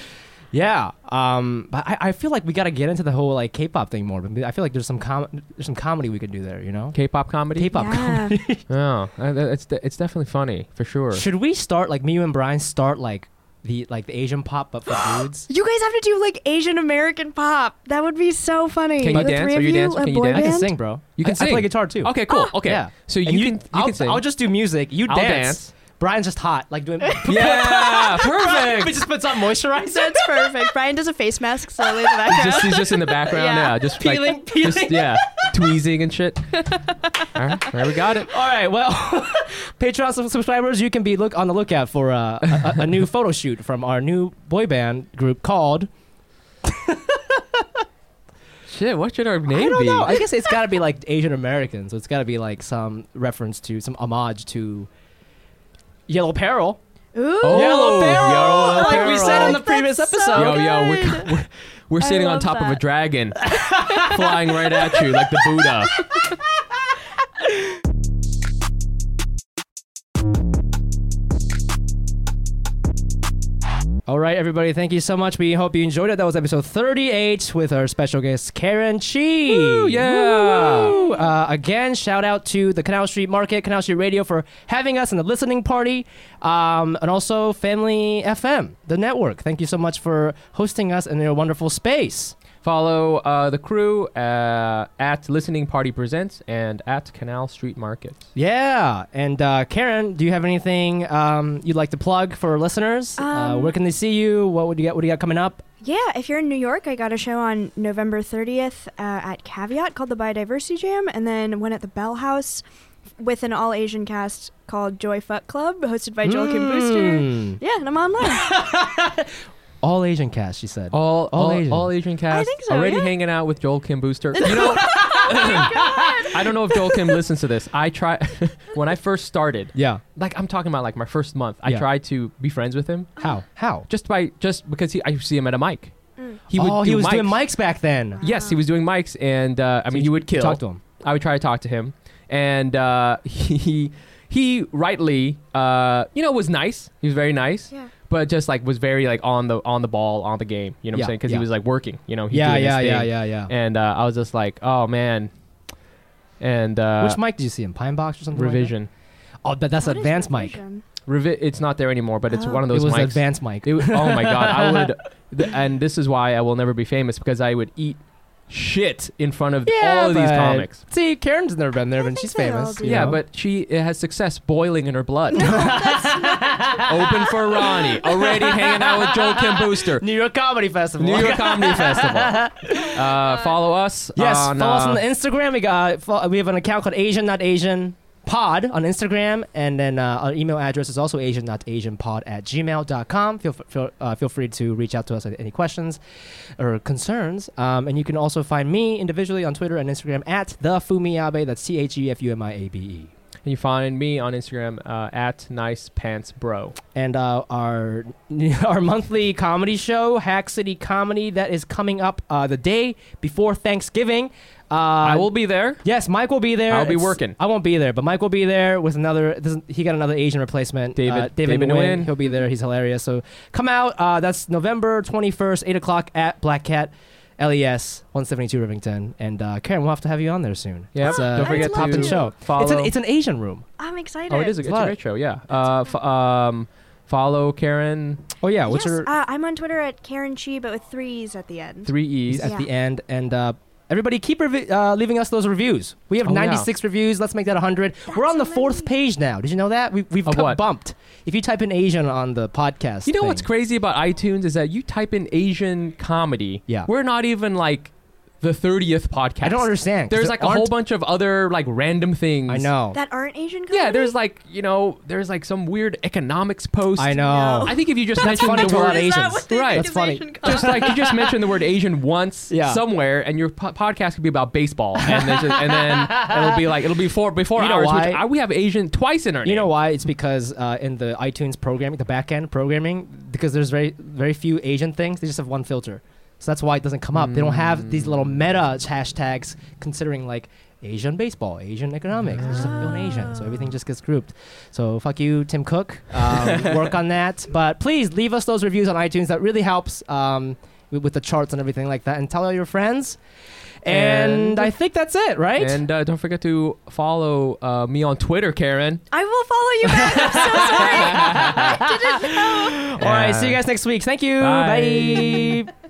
C: Yeah, um, but I, I feel like we got to get into the whole like K-pop thing more. But I feel like there's some com- there's some comedy we could do there. You know,
D: K-pop comedy.
C: K-pop.
E: Yeah.
D: <laughs> Oh, uh, th- it's de- it's definitely funny for sure.
C: <laughs> Should we start like me you and Brian start like the like the Asian pop but
D: <gasps>
C: for dudes?
E: You guys have to do like Asian American pop. That would be so funny.
D: Can you
E: the
D: dance?
E: three
D: Are
E: of
D: you dancing?
E: a
D: Can you
E: boy
D: dance?
C: I can
E: band?
C: sing, bro.
D: You can
C: I, I play
D: sing.
C: guitar too. Ah.
D: Okay, cool. Okay,
C: Yeah.
D: so you,
C: And
D: can you
C: I'll,
D: can sing.
C: I'll just do music. You
D: I'll
C: dance.
D: dance.
C: Brian's just hot, like
D: <laughs>
C: doing. <laughs>
D: yeah, perfect.
C: He just puts on moisturizer.
E: That's perfect. Brian does a face mask slowly
D: <laughs>
E: in the background.
D: just he's just in the background
E: Yeah.
D: yeah. just
C: Peeling,
D: like, just-
C: peeling.
D: yeah, tweezing and shit. All right, there we got it.
C: All right, well, <laughs> Patreon sub- subscribers, you can be look on the lookout for uh, a, a, a new photo shoot from our new boy band group called.
D: Shit, what should our name
C: I don't
D: be?
C: know. I guess it's got to be like Asian American, so it's got to be like some reference to some homage to Yellow Peril.
E: Ooh.
D: Oh,
C: Yellow Peril,
D: Yellow
C: like we said
D: Peril.
C: in the
E: That's
C: previous
E: so
C: episode.
D: Yo, yo, we're, we're, we're
E: I
D: sitting on
E: love
D: top of a
E: that.
D: dragon flying right at you like the Buddha.
C: All right, everybody, thank you so much. We hope you enjoyed it. That was episode 38 with our special guest, Karen Chi.
D: Woo, yeah.
C: Woo. Uh, again, shout out to the Canal Street Market, Canal Street Radio for having us in the listening party, um, and also Family FM, the network. Thank you so much for hosting us in your wonderful space.
D: Follow uh, the crew uh, at Listening Party Presents and at Canal Street Market.
C: Yeah, and uh, Karen, do you have anything um, you'd like to plug for listeners? uh,
E: Um,
C: where can they see you? What would you get? What do you got coming up?
E: Yeah, if you're in New York, I got a show on November 30th uh, at Caveat called the Biodiversity Jam, and then one at the Bell House with an all Asian cast called Joy Fuck Club, hosted by Joel
D: Hmm.
E: Kim Booster.
C: Mm.
E: Yeah, and I'm online.
C: All Asian cast, she said.
D: All
C: All
D: all, all,
C: Asian.
D: Asian. cast
E: think so,
D: already
E: yeah.
D: hanging out with Joel Kim Booster. You know, <laughs> I don't know if Joel Kim listens to this. I try <laughs> when I first started.
C: Yeah.
D: like I'm talking about like my first month. I
C: Yeah.
D: tried to be friends with him
C: How? How?
D: just by just because he I see him at a mic. He would
C: oh,
D: do
C: he was doing
D: mics.
C: mics back then.
D: Yes, he was doing mics, and uh, I mean, you would kill.
C: Talk to him.
D: I would try to talk to him, and uh, <laughs> he he rightly, uh, you know, was nice. He was very nice,
E: Yeah.
D: but just like was very like on the on the ball, on the game. You know what
C: Yeah,
D: I'm saying? Because
C: yeah.
D: he was like working. You know, he's
C: Yeah,
D: doing his
C: yeah, yeah,
D: thing.
C: yeah, yeah,
D: And uh, I was just like, oh man, and uh,
C: Which mic did you see him? Pine Box or something? like that?
D: revision,
C: oh, but that's
E: What is
C: advanced
E: that
C: mic. It
E: vision?
D: Revi- it's not there anymore, but it's
E: Oh.
D: one of those
C: was
D: mics.
C: advanced mic.
D: It w- oh my god,
C: <laughs>
D: I would, th- and this is why I will never be famous because I would eat shit in front of all of these
C: but-
D: comics.
C: See, Karen's never been there, but
E: think
C: she's
E: they all
C: famous.
E: do
C: you
D: Yeah,
C: know?
D: but she it has success boiling in her blood. <laughs> Open for Ronnie. Already hanging out with Joel Kim
C: <laughs>
D: Booster.
C: New York Comedy Festival.
D: New York
C: <laughs>
D: Comedy Festival. Uh, follow us.
C: Yes,
D: on,
C: follow us on
D: uh,
C: the Instagram. We got fo- we have an account called Asian Not Asian Pod on Instagram, and then uh, our email address is also Asian Not Asian Pod at gmail.com. Feel f- feel, uh, feel free to reach out to us with any questions or concerns, um, and you can also find me individually on Twitter and Instagram at the Fumiabe. That's T H E F U M I A B E.
D: You find me on Instagram uh, at Nice Pants Bro.
C: and uh, our <laughs> our monthly comedy show, Hack City Comedy, that is coming up uh, the day before Thanksgiving. Uh,
D: I will be there.
C: Yes, Mike will be there.
D: I'll be working.
C: I won't be there, but Mike will be there with another. This, he got another Asian replacement,
D: David-
C: uh, David,
D: David
C: Nguyen.
D: Nguyen.
C: He'll be there. He's hilarious. So come out. Uh, that's November twenty first, eight o'clock at Black Cat. E LES 172 Rivington and uh, Karen, we'll have to have you on there soon.
D: Yep.
C: it's a
D: Don't forget
E: I'd love
C: pop-in
E: to.
C: show.
D: Follow.
C: It's an, it's an Asian room.
E: I'm excited.
D: oh, it is. A, it's
C: Love
D: a
C: it.
D: great show. Yeah. Uh, f- um, follow Karen.
C: Oh yeah,
E: Yes,
C: what's your
E: uh, I'm on Twitter at Karen Chi, but with threes at the end.
D: Three E's.
E: Yeah.
C: at the end. And uh, everybody, keep revi- uh, leaving us those reviews. We have
D: Oh, yeah.
C: 96 reviews. Let's make that 100. We're on the fourth page now. Did you know that? We, we've
D: Of
C: got
D: what?
C: bumped. If you type in Asian on the podcast,
D: You know what's
C: thing-
D: crazy about iTunes is that you type in Asian comedy.
C: Yeah.
D: We're not even like the 30th podcast.
C: I don't understand. 'cause
D: There's
C: there
D: like a whole
C: aren't-
D: bunch of other like random things.
C: I know.
E: That aren't Asian comedy?
D: Yeah, there's like, you know, there's like some weird economics post.
C: I know.
E: No.
D: I think if you just
C: That's
D: mentioned
C: funny
D: the
C: to a lot
D: word
C: of
E: Is that
C: Asians.
E: what they
D: Right.
E: think
D: That's
E: is
C: funny.
E: Asian
D: <laughs>
E: comedy?
D: just like you just mentioned the word Asian once
C: Yeah.
D: somewhere, and your po- podcast could be about baseball, and, there's just- and then it'll be like it'll be four before
C: You know
D: hours.
C: why?
D: Which I, we have Asian twice in our
C: You
D: name.
C: know why? It's because uh, in the iTunes programming, the back end programming, because there's very very few Asian things. They just have one filter, so that's why it doesn't come up. They don't have these little meta hashtags considering like Asian baseball, Asian economics. There's just one Asian, so everything just gets grouped. So fuck you, Tim
D: <laughs>
C: Cook.
D: uh,
C: Um, work on that, but please leave us those reviews on iTunes. That really helps. Um, with with the charts and everything like that, and tell all your friends. And,
D: And-
C: I think that's it, right?
D: And uh, don't forget to follow uh, me on Twitter, Karen.
E: I will follow you back. I'm so
D: <laughs>
E: sorry. I didn't know.
C: All right, see you guys next week. Thank you.
D: Bye.
C: Bye.